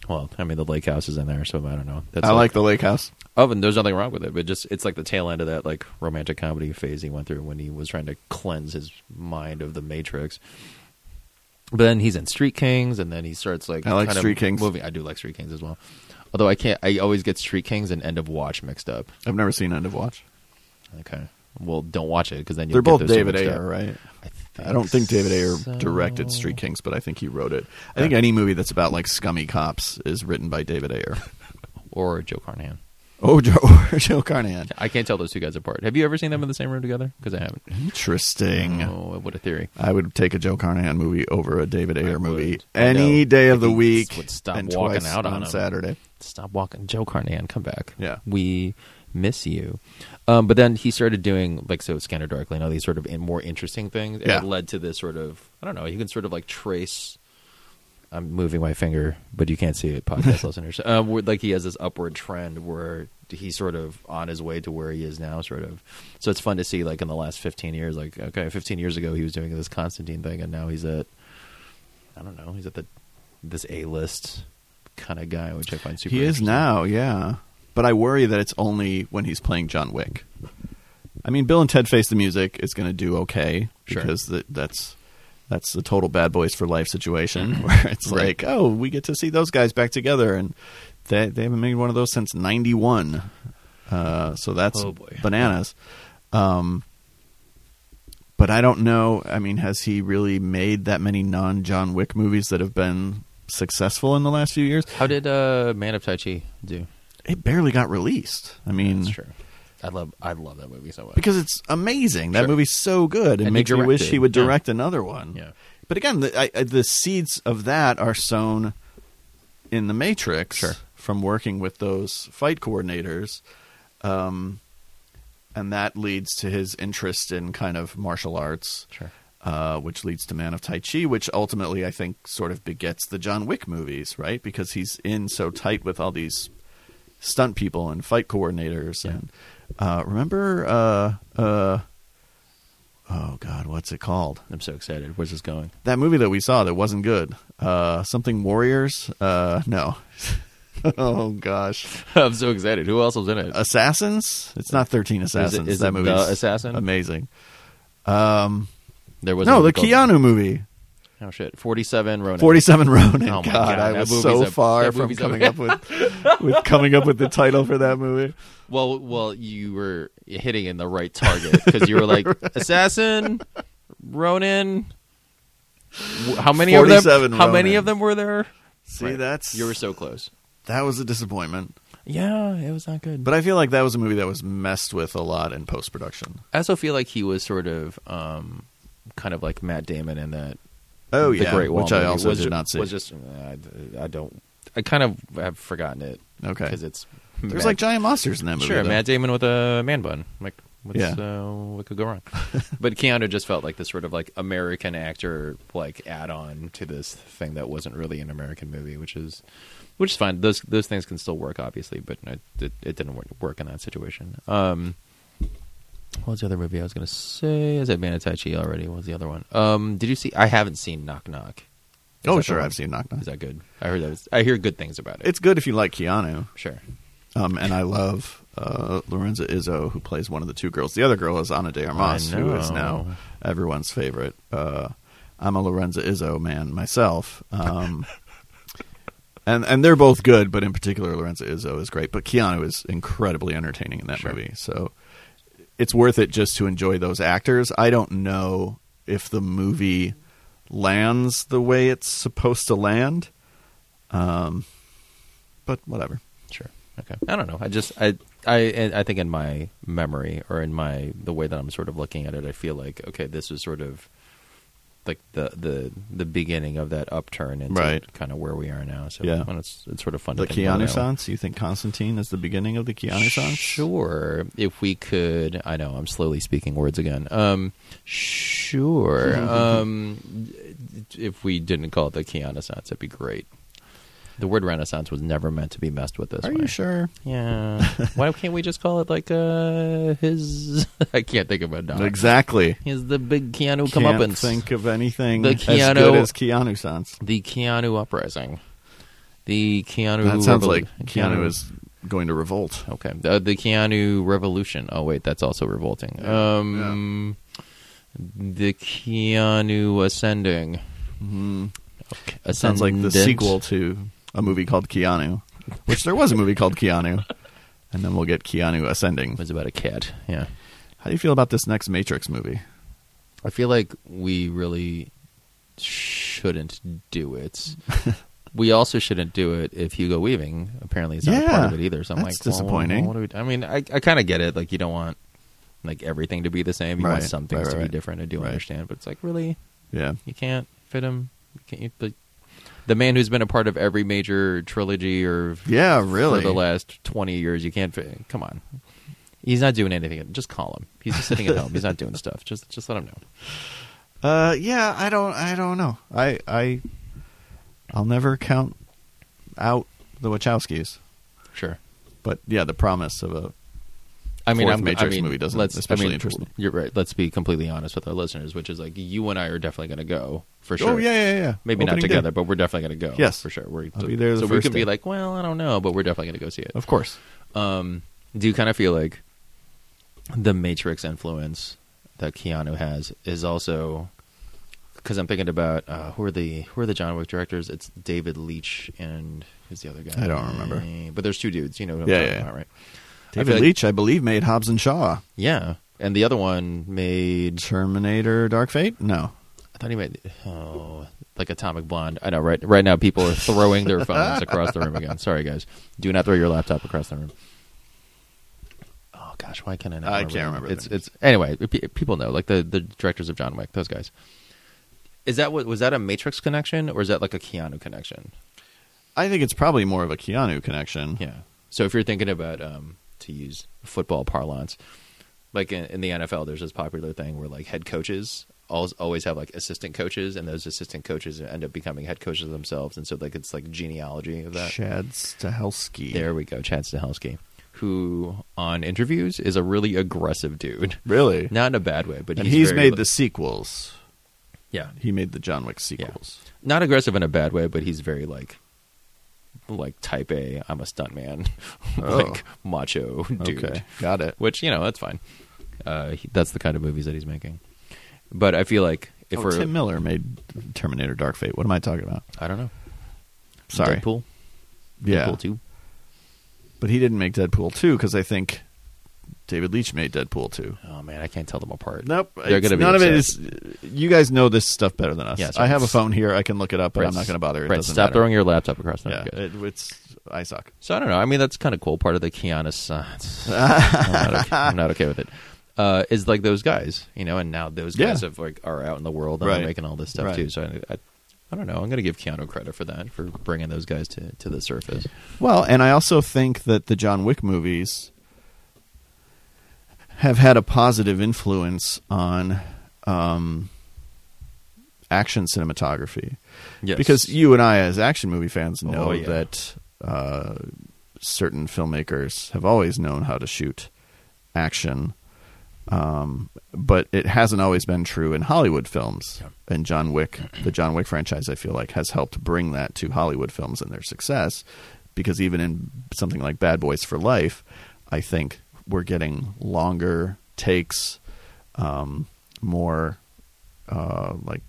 well, I mean, the lake house is in there, so I don't know. That's I like the Lake House. Oh, and there's nothing wrong with it, but just it's like the tail end of that like romantic comedy phase he went through when he was trying to cleanse his mind of the Matrix. But then he's in Street Kings, and then he starts like I like kind of Street Kings. Moving, I do like Street Kings as well. Although I can't, I always get Street Kings and End of Watch mixed up. I've never seen End of Watch. Okay, well, don't watch it because then you'll They're both get those two David mixed Ayer, up. right? I, I don't think David Ayer so. directed Street Kings, but I think he wrote it. I Yeah. think any movie that's about like scummy cops is written by David Ayer. or Joe Carnahan. oh, Joe, or Joe Carnahan. I can't tell those two guys apart. Have you ever seen them in the same room together? Because I haven't. Interesting. Oh, what a theory! I would take a Joe Carnahan movie over a David Ayer would. movie I any know. day of I the think week would stop and walking twice out on him. Saturday. Stop walking, Joe Carnahan. Come back. Yeah. we miss you. Um, but then he started doing like so, Scanner Darkly, and all these sort of in, more interesting things, and Yeah. it led to this sort of I don't know. You can sort of like trace. I'm moving my finger, but you can't see it, podcast listeners. Um, where, like he has this upward trend where he's sort of on his way to where he is now, sort of. So it's fun to see, like in the last 15 years, like okay, 15 years ago he was doing this Constantine thing, and now he's at I don't know. He's at the this A list kind of guy, which I find super. He is interesting. now, yeah. But I worry that it's only when he's playing John Wick. I mean, Bill and Ted Face the Music is going to do okay Sure. because th that's that's the total bad boys for life situation where it's Right. like, oh, we get to see those guys back together, and they they haven't made one of those since '91. Uh, so that's Oh, boy. bananas. Um, but I don't know. I mean, has he really made that many non John Wick movies that have been successful in the last few years? How did uh, Man of Tai Chi do? it barely got released. I mean, That's true. I love I love that movie so much. because it's amazing. That Sure. movie's so good. It And he makes me directed, wish he would yeah. direct another one. Yeah. But again, the, I, I- the seeds of that are sown in the Matrix Sure. from working with those fight coordinators. Um, and that leads to his interest in kind of martial arts, Sure. uh, which leads to Man of Tai Chi, which ultimately I think sort of begets the John Wick movies, right? Because he's in so tight with all these stunt people and fight coordinators, Yeah. and uh, remember, uh, uh, oh God, what's it called? I'm so excited. Where's this going? That movie that we saw that wasn't good, uh, something Warriors? Uh, no. oh gosh. I'm so excited. Who else was in it? Assassins? It's not Thirteen Assassins. is that it movie, The Assassin? amazing. Um, There was no, a the called- Keanu movie, Oh shit, 47 Ronin. Forty Seven Ronin. Oh God, my God, I that was movie's so a- far that from movie's a- coming up with, with coming up with the title for that movie. Well, well, you were hitting in the right target because you were like assassin, Ronin. W- How many of them? 47 How many Ronin. of them were there? See, Right. that's You were so close. that was a disappointment. Yeah, it was not good. But I feel like that was a movie that was messed with a lot in post production. I also feel like he was sort of, um, kind of like Matt Damon in that. Oh the yeah, Great Wall which I movie. also was did ju- not see. Was just uh, I, I don't. I kind of have forgotten it. Okay. because it's There's Matt- like giant monsters in that movie. Sure, though. Matt Damon with a man bun. Like, what's, Yeah. uh, what could go wrong? but Keanu just felt like this sort of like American actor like add on to this thing that wasn't really an American movie, which is which is fine. Those those things can still work, obviously, but it it, it didn't work, work in that situation. Um, what was the other movie I was going to say? Is it Man of Tai Chi already? What was the other one? Um, did you see? I haven't seen Knock Knock. Is Oh that the sure, one? I've seen Knock Knock. Is that good? I heard that. Was, I hear good things about it. It's good if you like Keanu. sure. Um, and I love uh, Lorenza Izzo, who plays one of the two girls. The other girl is Ana de Armas, I who is know. now everyone's favorite. Uh, I'm a Lorenza Izzo man myself. Um, and and they're both good, but in particular, Lorenza Izzo is great. But Keanu is incredibly entertaining in that Sure. movie. So it's worth it just to enjoy those actors. I don't know if the movie lands the way it's supposed to land. Um, but whatever. Sure. Okay. I don't know. I just I I and I think in my memory or in my the way that I'm sort of looking at it, I feel like okay, this is sort of like the the the beginning of that upturn into Right. kind of where we are now. So Yeah. and it's it's sort of fun. the to think about Keanu that one. Sans? You think Constantine is the beginning of the Keanu Sans? Sure. If we could, I know I'm slowly speaking words again. Um, sure. um, if we didn't call it the Keanu Sans, that'd be great. The word Renaissance was never meant to be messed with this Are way. you sure? Yeah. Why can't we just call it like uh his? I can't think of it now. Exactly. He's the big Keanu come Can't up and think of anything The as Keanu- good as Keanu Sans. the Keanu uprising. The Keanu. That sounds revolu- like Keanu is going to revolt. okay. The, the Keanu revolution. Oh wait, that's also revolting. Yeah. Um, the Keanu ascending. Mhm. Okay. That sounds like the Ascendant. sequel to a movie called Keanu, which there was a movie called Keanu, and then we'll get Keanu ascending. It was about a cat. Yeah. How do you feel about this next Matrix movie? I feel like we really shouldn't do it. we also shouldn't do it if Hugo Weaving apparently is not a part Yeah, of it either. So I'm that's like, well, disappointing. what do we do? I mean, I, I kind of get it. Like, you don't want like everything to be the same. You Right, want some things right, to right, be right. different. I do Right. understand, but it's like really, Yeah, you can't fit him. You can't, you, but the man who's been a part of every major trilogy or yeah, really. for the last 20 years. You can't. fi- Come on. He's not doing anything. Just call him. He's just sitting at home. He's not doing stuff. Just just let him know. Uh, yeah, I don't, I don't know. I, I, I'll never count out the Wachowskis. Sure. But yeah, the promise of a I mean, Fourth I'm, Matrix I mean, movie doesn't let's, especially I mean, interest me. You're right. Let's be completely honest with our listeners, which is like you and I are definitely going to go for sure. oh yeah yeah yeah Maybe Opening not day. together, but we're definitely going to go. Yes. for sure. We're, I'll be there the so we first can day. be like, well, I don't know, but we're definitely going to go see it. of course. Um, do you kind of feel like the Matrix influence that Keanu has is also because I'm thinking about uh, who are the who are the John Wick directors? It's David Leitch and who's the other guy? I don't remember. But there's two dudes. You know, what I'm Yeah, talking yeah. about, right? I feel David like- Leitch, I believe, made Hobbs and Shaw. Yeah, and the other one made Terminator, Dark Fate. No, I thought he made oh like Atomic Blonde. I know right right now people are throwing their phones across the room again. Sorry guys, do not throw your laptop across the room. Oh gosh, why can't I? Not I remember can't them? remember It's their it's anyway. pe- People know like the the directors of John Wick, those guys. Is that what was that a Matrix connection or is that like a Keanu connection? I think it's probably more of a Keanu connection. Yeah. So if you're thinking about um, to use football parlance, like in, in the NFL, there's this popular thing where like head coaches always always have like assistant coaches, and those assistant coaches end up becoming head coaches themselves, and so like it's like genealogy of that. Chad Stahelski. There we go, Chad Stahelski, who on interviews is a really aggressive dude, Really? not in a bad way, but and he's, very, made like- the sequels. yeah, He made the John Wick sequels. not aggressive in a bad way, but he's very like like type A. I'm a stuntman, Oh. like macho dude. Okay, got it. Which you know that's fine. Uh, he, that's the kind of movies that he's making. But I feel like if oh, we're Tim Miller made Terminator Dark Fate. What am I talking about? I don't know Sorry. Deadpool, Yeah. Deadpool two. But he didn't make Deadpool 2 because I think David Leitch made Deadpool 2. Oh man, I can't tell them apart. Nope. They're it's- gonna be none of it is. upset. You guys know this stuff better than us. Yes, I have a Brett. phone here. I can look it up, but I'm not going to bother. It Brett, doesn't stop matter. throwing your laptop across. No, Yeah, good. it, it's I suck. So I don't know. I mean, that's kind of cool. Part of the Kiana science. I'm, not okay, I'm not okay with it. Uh, is like those guys, you know, and now those guys Yeah. have like are out in the world and Right. they're making all this stuff Right. too. So I, I, I don't know. I'm going to give Keanu credit for that for bringing those guys to to the surface. Well, and I also think that the John Wick movies have had a positive influence on um, action cinematography. Yes. Because you and I, as action movie fans, know Oh, yeah. that uh, certain filmmakers have always known how to shoot action, um, but it hasn't always been true in Hollywood films. Yeah. And John Wick, the John Wick franchise, I feel like has helped bring that to Hollywood films and their success. Because even in something like Bad Boys for Life, I think we're getting longer takes, um, more uh, like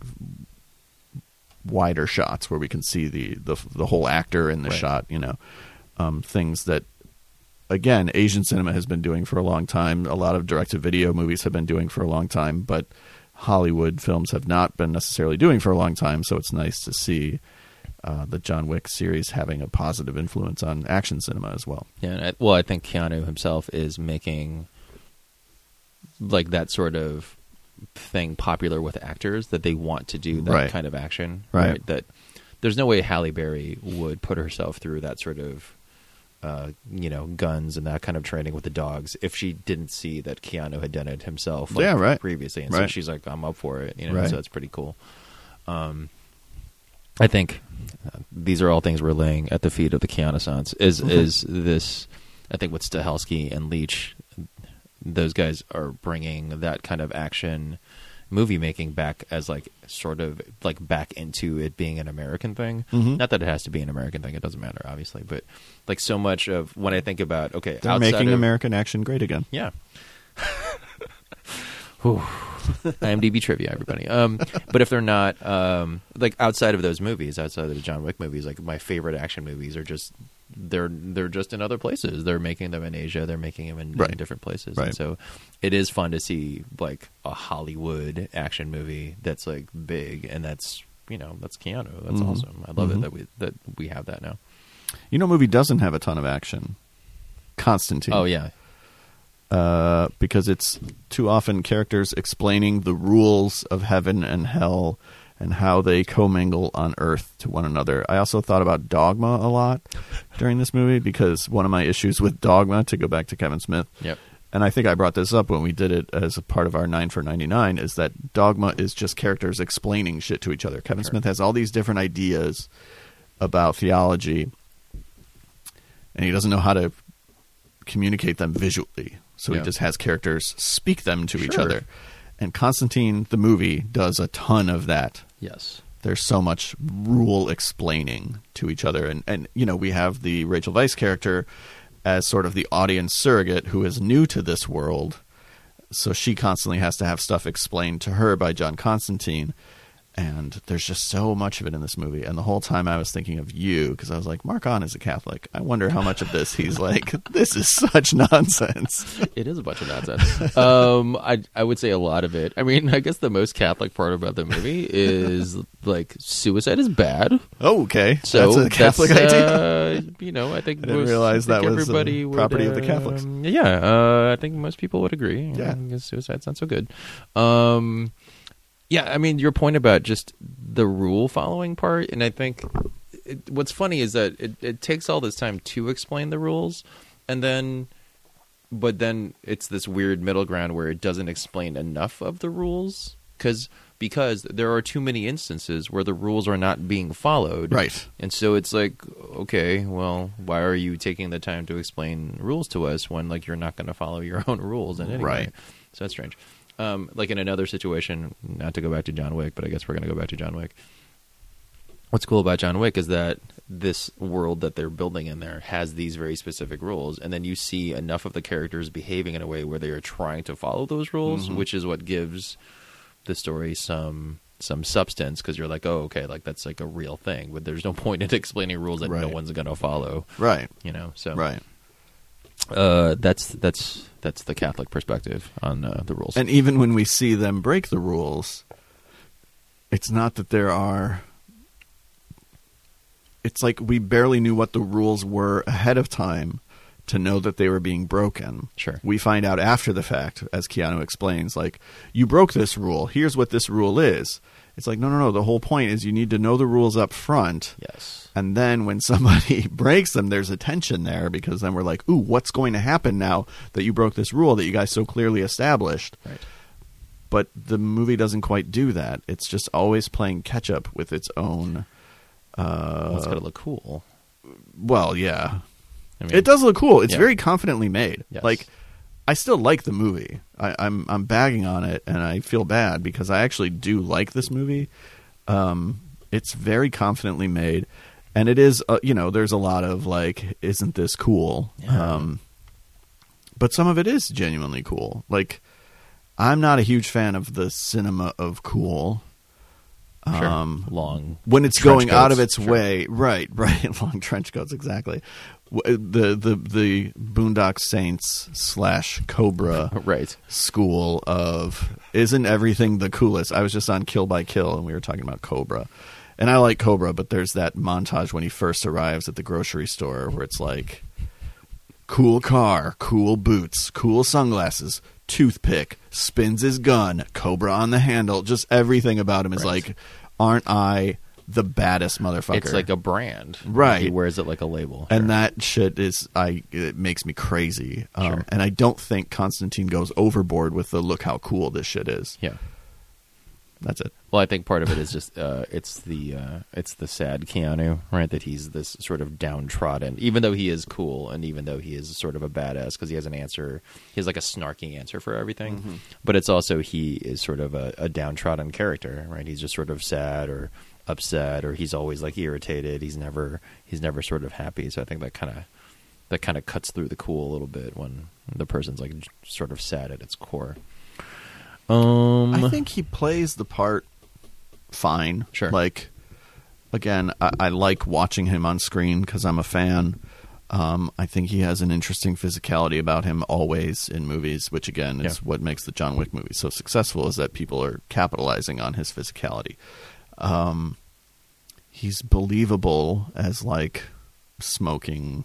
wider shots where we can see the the, the whole actor in the Right. shot. You know, um, things that again Asian cinema has been doing for a long time. A lot of direct to video movies have been doing for a long time, but Hollywood films have not been necessarily doing for a long time. So it's nice to see. Uh, the John Wick series having a positive influence on action cinema as well. Yeah, and I, well, I think Keanu himself is making like that sort of thing popular with actors that they want to do that Right. kind of action. Right. That there's no way Halle Berry would put herself through that sort of uh, you know guns and that kind of training with the dogs if she didn't see that Keanu had done it himself. Like, Yeah, right. Previously, and so Right. she's like, "I'm up for it," you know. Right. So that's pretty cool. Um, I think uh, these are all things we're laying at the feet of the Kianasans. Is is this? I think with Stahelski and Leach, those guys are bringing that kind of action movie making back as like sort of like back into it being an American thing. Mhm. Not that it has to be an American thing; it doesn't matter, obviously. But like so much of when I think about okay, They're outside making of- American action great again. yeah. Whew. IMDb trivia, everybody. Um, but if they're not um, like outside of those movies, outside of the John Wick movies, like my favorite action movies are just they're they're just in other places. They're making them in Asia. They're making them in, in Right. different places. Right. And so it is fun to see like a Hollywood action movie that's like big and that's you know that's Keanu. That's Mhm. awesome. I love Mhm. it that we that we have that now. You know, a movie doesn't have a ton of action. Constantine. Oh yeah, uh, because it's too often characters explaining the rules of heaven and hell and how they commingle on earth to one another. I also thought about Dogma a lot during this movie because one of my issues with Dogma, to go back to Kevin Smith, yep. and I think I brought this up when we did it as a part of our 9 for 99 is that dogma is just characters explaining shit to each other. Kevin Sure. Smith has all these different ideas about theology and he doesn't know how to communicate them visually. So Yeah. he just has characters speak them to each Sure. other. And Constantine the movie does a ton of that Yes. there's so much rule explaining to each other and and you know we have the Rachel Vice character as sort of the audience surrogate who is new to this world so she constantly has to have stuff explained to her by John Constantine and there's just so much of it in this movie and the whole time I was thinking of you because I was like Mark on is a Catholic I wonder how much of this he's like this is such nonsense It is a bunch of nonsense. um, I I would say a lot of it. I mean, I guess the most Catholic part about the movie is like suicide is bad. oh, okay So that's a Catholic that's, idea Uh, you know, I think I didn't most- realize I think that was, uh, everybody would, property of the Catholics. um, yeah, uh, I think most people would agree. Yeah. I guess suicide's not so good. Um, yeah, I mean, your point about just the rule following part, and I think it, what's funny is that it, it takes all this time to explain the rules, and then but then it's this weird middle ground where it doesn't explain enough of the rules because because there are too many instances where the rules are not being followed Right. and so it's like okay well why are you taking the time to explain rules to us when like you're not going to follow your own rules in any Right. way so that's strange um, like in another situation not to go back to john wick but i guess we're going to go back to john wick what's cool about John Wick is that this world that they're building in there has these very specific rules, and then you see enough of the characters behaving in a way where they are trying to follow those rules, Mm-hmm. which is what gives the story some some substance because you're like, oh, okay, like that's like a real thing, but there's no point in explaining rules that no Right. one's gonna follow, Right. you know? So Right. uh, that's that's that's the Catholic perspective on uh, the rules. And even when we see them break the rules, it's not that there are. It's like we barely knew what the rules were ahead of time to know that they were being broken. Sure. We find out after the fact, as Keanu explains, like, you broke this rule. Here's what this rule is. It's like, no, no, no. The whole point is you need to know the rules up front. yes, And then when somebody breaks them, there's a tension there because then we're like, ooh, what's going to happen now that you broke this rule that you guys so clearly established? right. But the movie doesn't quite do that. It's just always playing catch up with its own. Well, it's gotta look cool. Well, yeah. I Uh, It does look cool. It's Yeah. very confidently made. Yes. Like, I still like the movie. I, I'm I'm bagging on it, and I feel bad because I actually do like this movie. Um, it's very confidently made, and it is uh, you know there's a lot of like, isn't this cool? Yeah. Um, but some of it is genuinely cool. Like, I'm not a huge fan of the cinema of cool. Sure. long um, when it's trench going out coats. of its Sure. way, right, right, long trench coats, exactly. W- The the the Boondock Saints slash Cobra right? school of isn't everything the coolest? I was just on Kill by Kill, and we were talking about Cobra, and I like Cobra, but there's that montage when he first arrives at the grocery store where it's like cool car, cool boots, cool sunglasses, toothpick, spins his gun, cobra on the handle. Just everything about him is Right. like, aren't I the baddest motherfucker? It's like a brand, Right. He wears it like a label, and Sure. that shit is I it makes me crazy. Um, Sure. And I don't think Constantine goes overboard with the look how cool this shit is. yeah. That's it. Well, I think part of it is just uh, it's the uh, it's the sad Keanu, right? That he's this sort of downtrodden, even though he is cool, and even though he is sort of a badass because he has an answer, he has like a snarky answer for everything. Mm-hmm. But it's also he is sort of a, a downtrodden character, right? He's just sort of sad or upset, or he's always like irritated. He's never he's never sort of happy. So I think that kind of that kind of cuts through the cool a little bit when the person's like j- sort of sad at its core. Um, I think he plays the part fine. Sure. Like, again, I, I like watching him on screen because I'm a fan. Um, I think he has an interesting physicality about him always in movies, which again is Yeah. what makes the John Wick movies so successful is that people are capitalizing on his physicality. Um, he's believable as like smoking,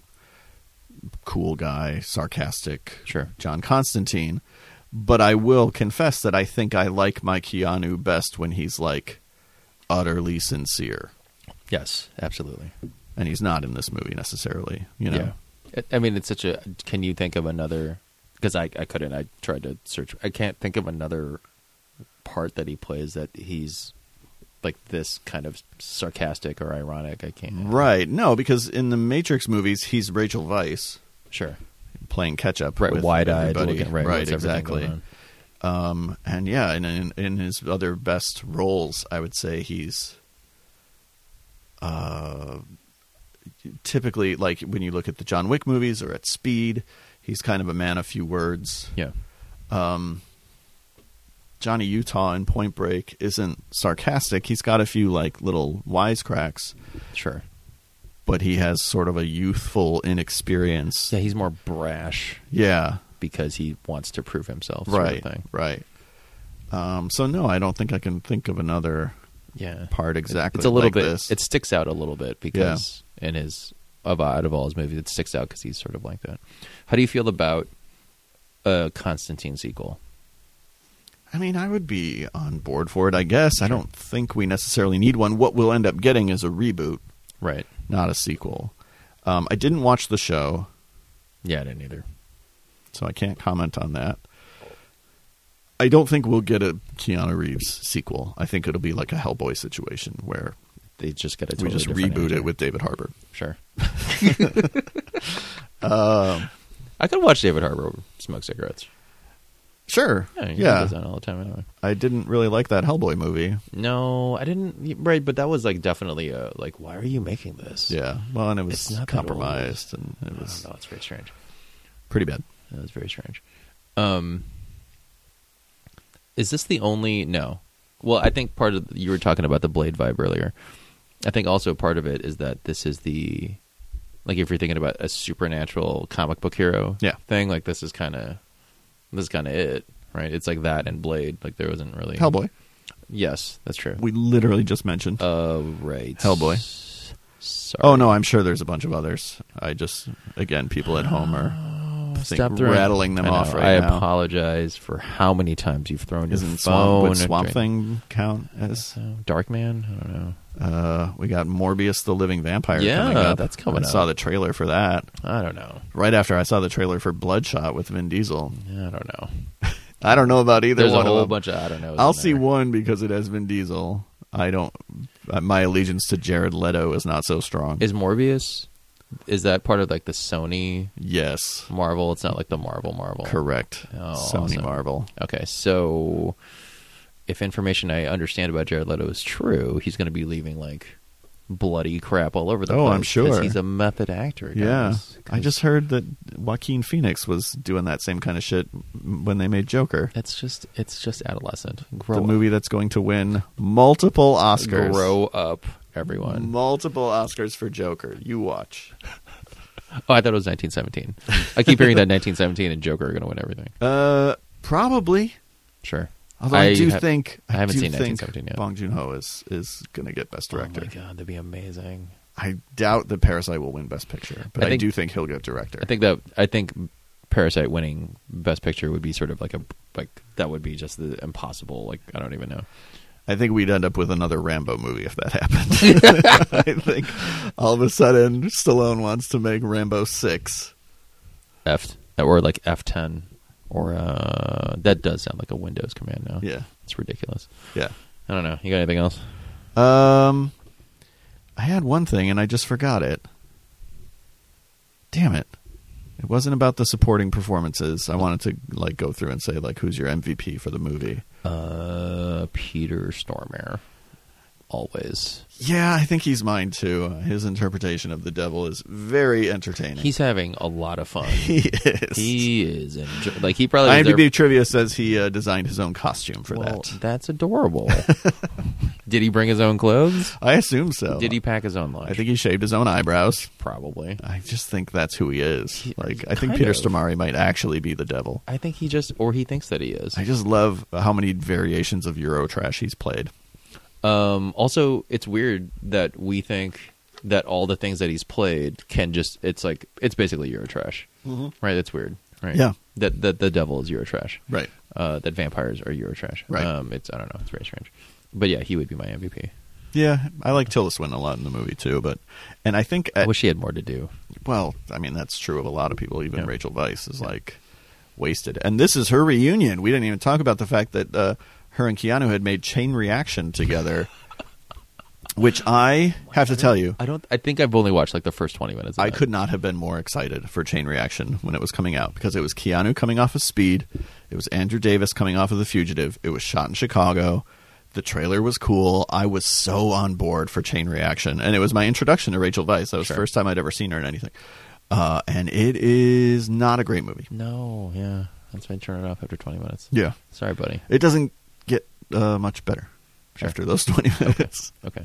cool guy, sarcastic, Sure. John Constantine. But I will confess that I think I like my Keanu best when he's like utterly sincere, yes, absolutely. and he's not in this movie necessarily. You know, Yeah. I I mean, it's such a. Can you think of another? Because I, I couldn't. I tried to search. I can't think of another part that he plays that he's like this kind of sarcastic or ironic. I can't. right? No, because in the Matrix movies, he's Rachel Vice Sure. playing catch up, Right. with Wide eyed. everybody. Looking, right. what's everything exactly. going on. Um, and yeah, and in, in his other best roles, I would say he's uh, typically like when you look at the John Wick movies or at Speed, he's kind of a man of few words. Yeah. Um, Johnny Utah in Point Break isn't sarcastic. He's got a few like little wisecracks, Sure. but he has sort of a youthful inexperience. Yeah. He's more brash yeah. because he wants to prove himself. sort of right thing. right um, so no i don't think i can think of another Yeah. part It's- exactly It's a little like bit. this. It sticks out a little bit because in his of uh, out of all his movies, it sticks out because he's sort of like that. How do you feel about a Constantine sequel? i mean i would be on board for it i guess i don't think we necessarily need one what we'll end up getting is a reboot Right. not a sequel um, i didn't watch the show Yeah, I didn't either. so I can't comment on that. I don't think we'll get a Keanu Reeves sequel. I think it'll be like a Hellboy situation where They just got a totally we just different reboot actor. it with David Harbour. sure. Um, I could watch David Harbour smoke cigarettes. Sure. Yeah, he yeah. does that all the time. Anyway. I didn't really like that Hellboy movie. No, I didn't. Right, but that was like definitely a like. Why are you making this? Yeah. Well, and it was It's not that old. compromised, and I it don't was know. It's very strange. pretty bad. That was very strange. Um, is this the only? No. Well, I think part of you were talking about the blade vibe earlier. I think also part of it is that this is the like if you're thinking about a supernatural comic book hero Yeah. thing, like this is kind of this is kind of it, right? It's like that and Blade. Like there wasn't really Hellboy. Yes, that's true. We literally just mentioned. Uh, right. Hellboy. S- Sorry. oh no, I'm sure there's a bunch of others. I just again, people at home are think Stop throwing- rattling them I know, off right I now. apologize for how many times you've thrown your Isn't Swamp, phone. would Swamp during- Thing count as? So, uh, Dark Man. I don't know. Uh, we got Morbius, the Living Vampire. Yeah, coming up. that's coming I saw up. the trailer for that I don't know. right after I saw the trailer for Bloodshot with Vin Diesel. I don't know. I don't know about either There's a one whole of them. bunch of I don't know. I'll see one because it has Vin Diesel. I don't. uh, My allegiance to Jared Leto is not so strong. Is Morbius? Is that part of like the Sony yes, Marvel? It's not like the Marvel Marvel. correct. Oh, Sony awesome. Marvel. Okay, so if information I understand about Jared Leto is true, he's going to be leaving like bloody crap all over the Oh, place. I'm 'cause sure. he's a method actor. guys. Yeah, 'Cause I just heard that Joaquin Phoenix was doing that same kind of shit when they made Joker, it's just it's just adolescent. Grow the up. movie that's going to win multiple Oscars. Grow up, everyone. Multiple Oscars for Joker. You watch. Oh, I thought it was 1917. I keep hearing that 1917 and Joker are going to win everything. Uh, probably. Sure. Although I, do ha- think I haven't do seen think 1917 yet. Bong Joon Ho is is going to get Best Director. Oh my god, that'd be amazing. I doubt that Parasite will win Best Picture, but I I, think- do think he'll get Director. I think that I think Parasite winning Best Picture would be sort of like a like that would be just the impossible. Like I don't even know. I think we'd end up with another Rambo movie if that happened. I think all of a sudden Stallone wants to make Rambo six. F or like F10 or uh that does sound like a Windows command now. Yeah, It's ridiculous. yeah. I don't know. You got anything else? Um, I had one thing and I just forgot it. Damn it! It wasn't about the supporting performances. I wanted to like go through and say like who's your MVP for the movie. Uh Peter Stormare always. Yeah, I think he's mine too. His interpretation of the devil is very entertaining. He's having a lot of fun. he is. he is enjoy- like he probably was there- IMDb trivia says he uh, designed his own costume for Well, that. That's adorable. Did he bring his own clothes? I assume so. Did he pack his own lunch? I think he shaved his own eyebrows. probably. I just think that's who he is. He- like I think kind Peter of. Stormare might actually be the devil. I think he just, or he thinks that he is. I just love how many variations of Eurotrash he's played. Um, also, it's weird that we think that all the things that he's played can just, it's like, it's basically Eurotrash. Right? That's weird. Right? Yeah. That, that the devil is Eurotrash. Right. Uh, that vampires are Eurotrash. Right. Um, it's, I don't know. It's very strange. But yeah, he would be my MVP. Yeah, I like Tilda Swinton a lot in the movie too, but and I think I at, wish he had more to do. well, I mean that's true of a lot of people. Even Yeah. Rachel Weisz is like wasted, and this is her reunion. We didn't even talk about the fact that uh, her and Keanu had made Chain Reaction together, which I have to tell you, I don't, I think I've only watched like the first 20 minutes. Of I that. could not have been more excited for Chain Reaction when it was coming out because it was Keanu coming off of Speed, it was Andrew Davis coming off of The Fugitive, it was shot in Chicago. The trailer was cool. I was so on board for Chain Reaction, and it was my introduction to Rachel Weisz. That was Sure. the first time I'd ever seen her in anything, uh, and it is not a great movie. No, yeah. That's why I turn it off after 20 minutes. Yeah, Sorry, buddy. it doesn't get uh, much better Sure. after those twenty minutes. Okay.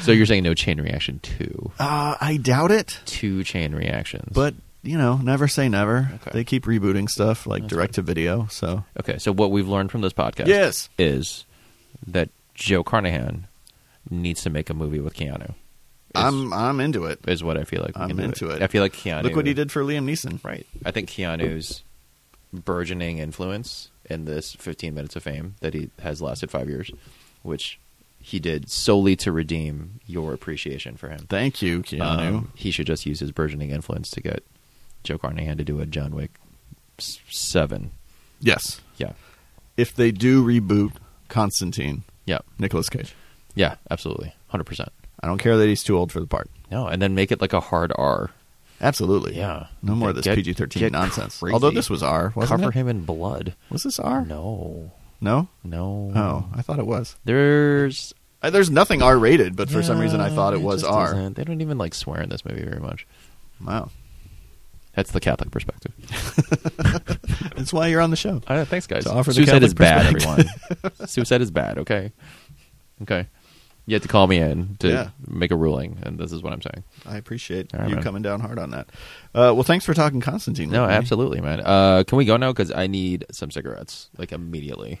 So you're saying no chain reaction two. Uh, I doubt it, Two chain reactions. but you know, never say never. Okay. They keep rebooting stuff like That's direct to video. So Okay, so what we've learned from this podcast yes, is that Joe Carnahan needs to make a movie with Keanu. Is, I'm I'm into it. is what I feel like. we I'm can do into it. I feel like Keanu Look what he did for Liam Neeson. Right. I think Keanu's burgeoning influence in this 15 minutes of fame that he has lasted 5 years, which he did solely to redeem your appreciation for him. Thank you, Keanu. Um, he should just use his burgeoning influence to get Joe Carnahan to do a John Wick s- seven. Yes. Yeah, If they do reboot Constantine, yeah, Nicolas Cage. yeah. Absolutely, hundred percent. I don't care that he's too old for the part. No, and then make it like a hard R. Absolutely. Yeah. No more of this Get- PG thirteen get nonsense. crazy. Although this was R, wasn't Cover it? him in blood. Was this R? No, No. no. Oh, I thought it was. there's Uh, There's nothing R rated, but for some reason I Yeah, thought it was just R. isn't. They don't even like swear in this movie very much. Wow. That's the Catholic perspective. That's why you're on the show. I don't, thanks, guys. To offer the Suicide Catholic is bad, everyone. Suicide is bad. Okay, okay. You had to call me in to Yeah. make a ruling, and this is what I'm saying. I appreciate All right, you man. coming down hard on that. Uh, well, thanks for talking Constantine. No, with me. absolutely, man. Uh, can we go now? Because I need some cigarettes, like immediately.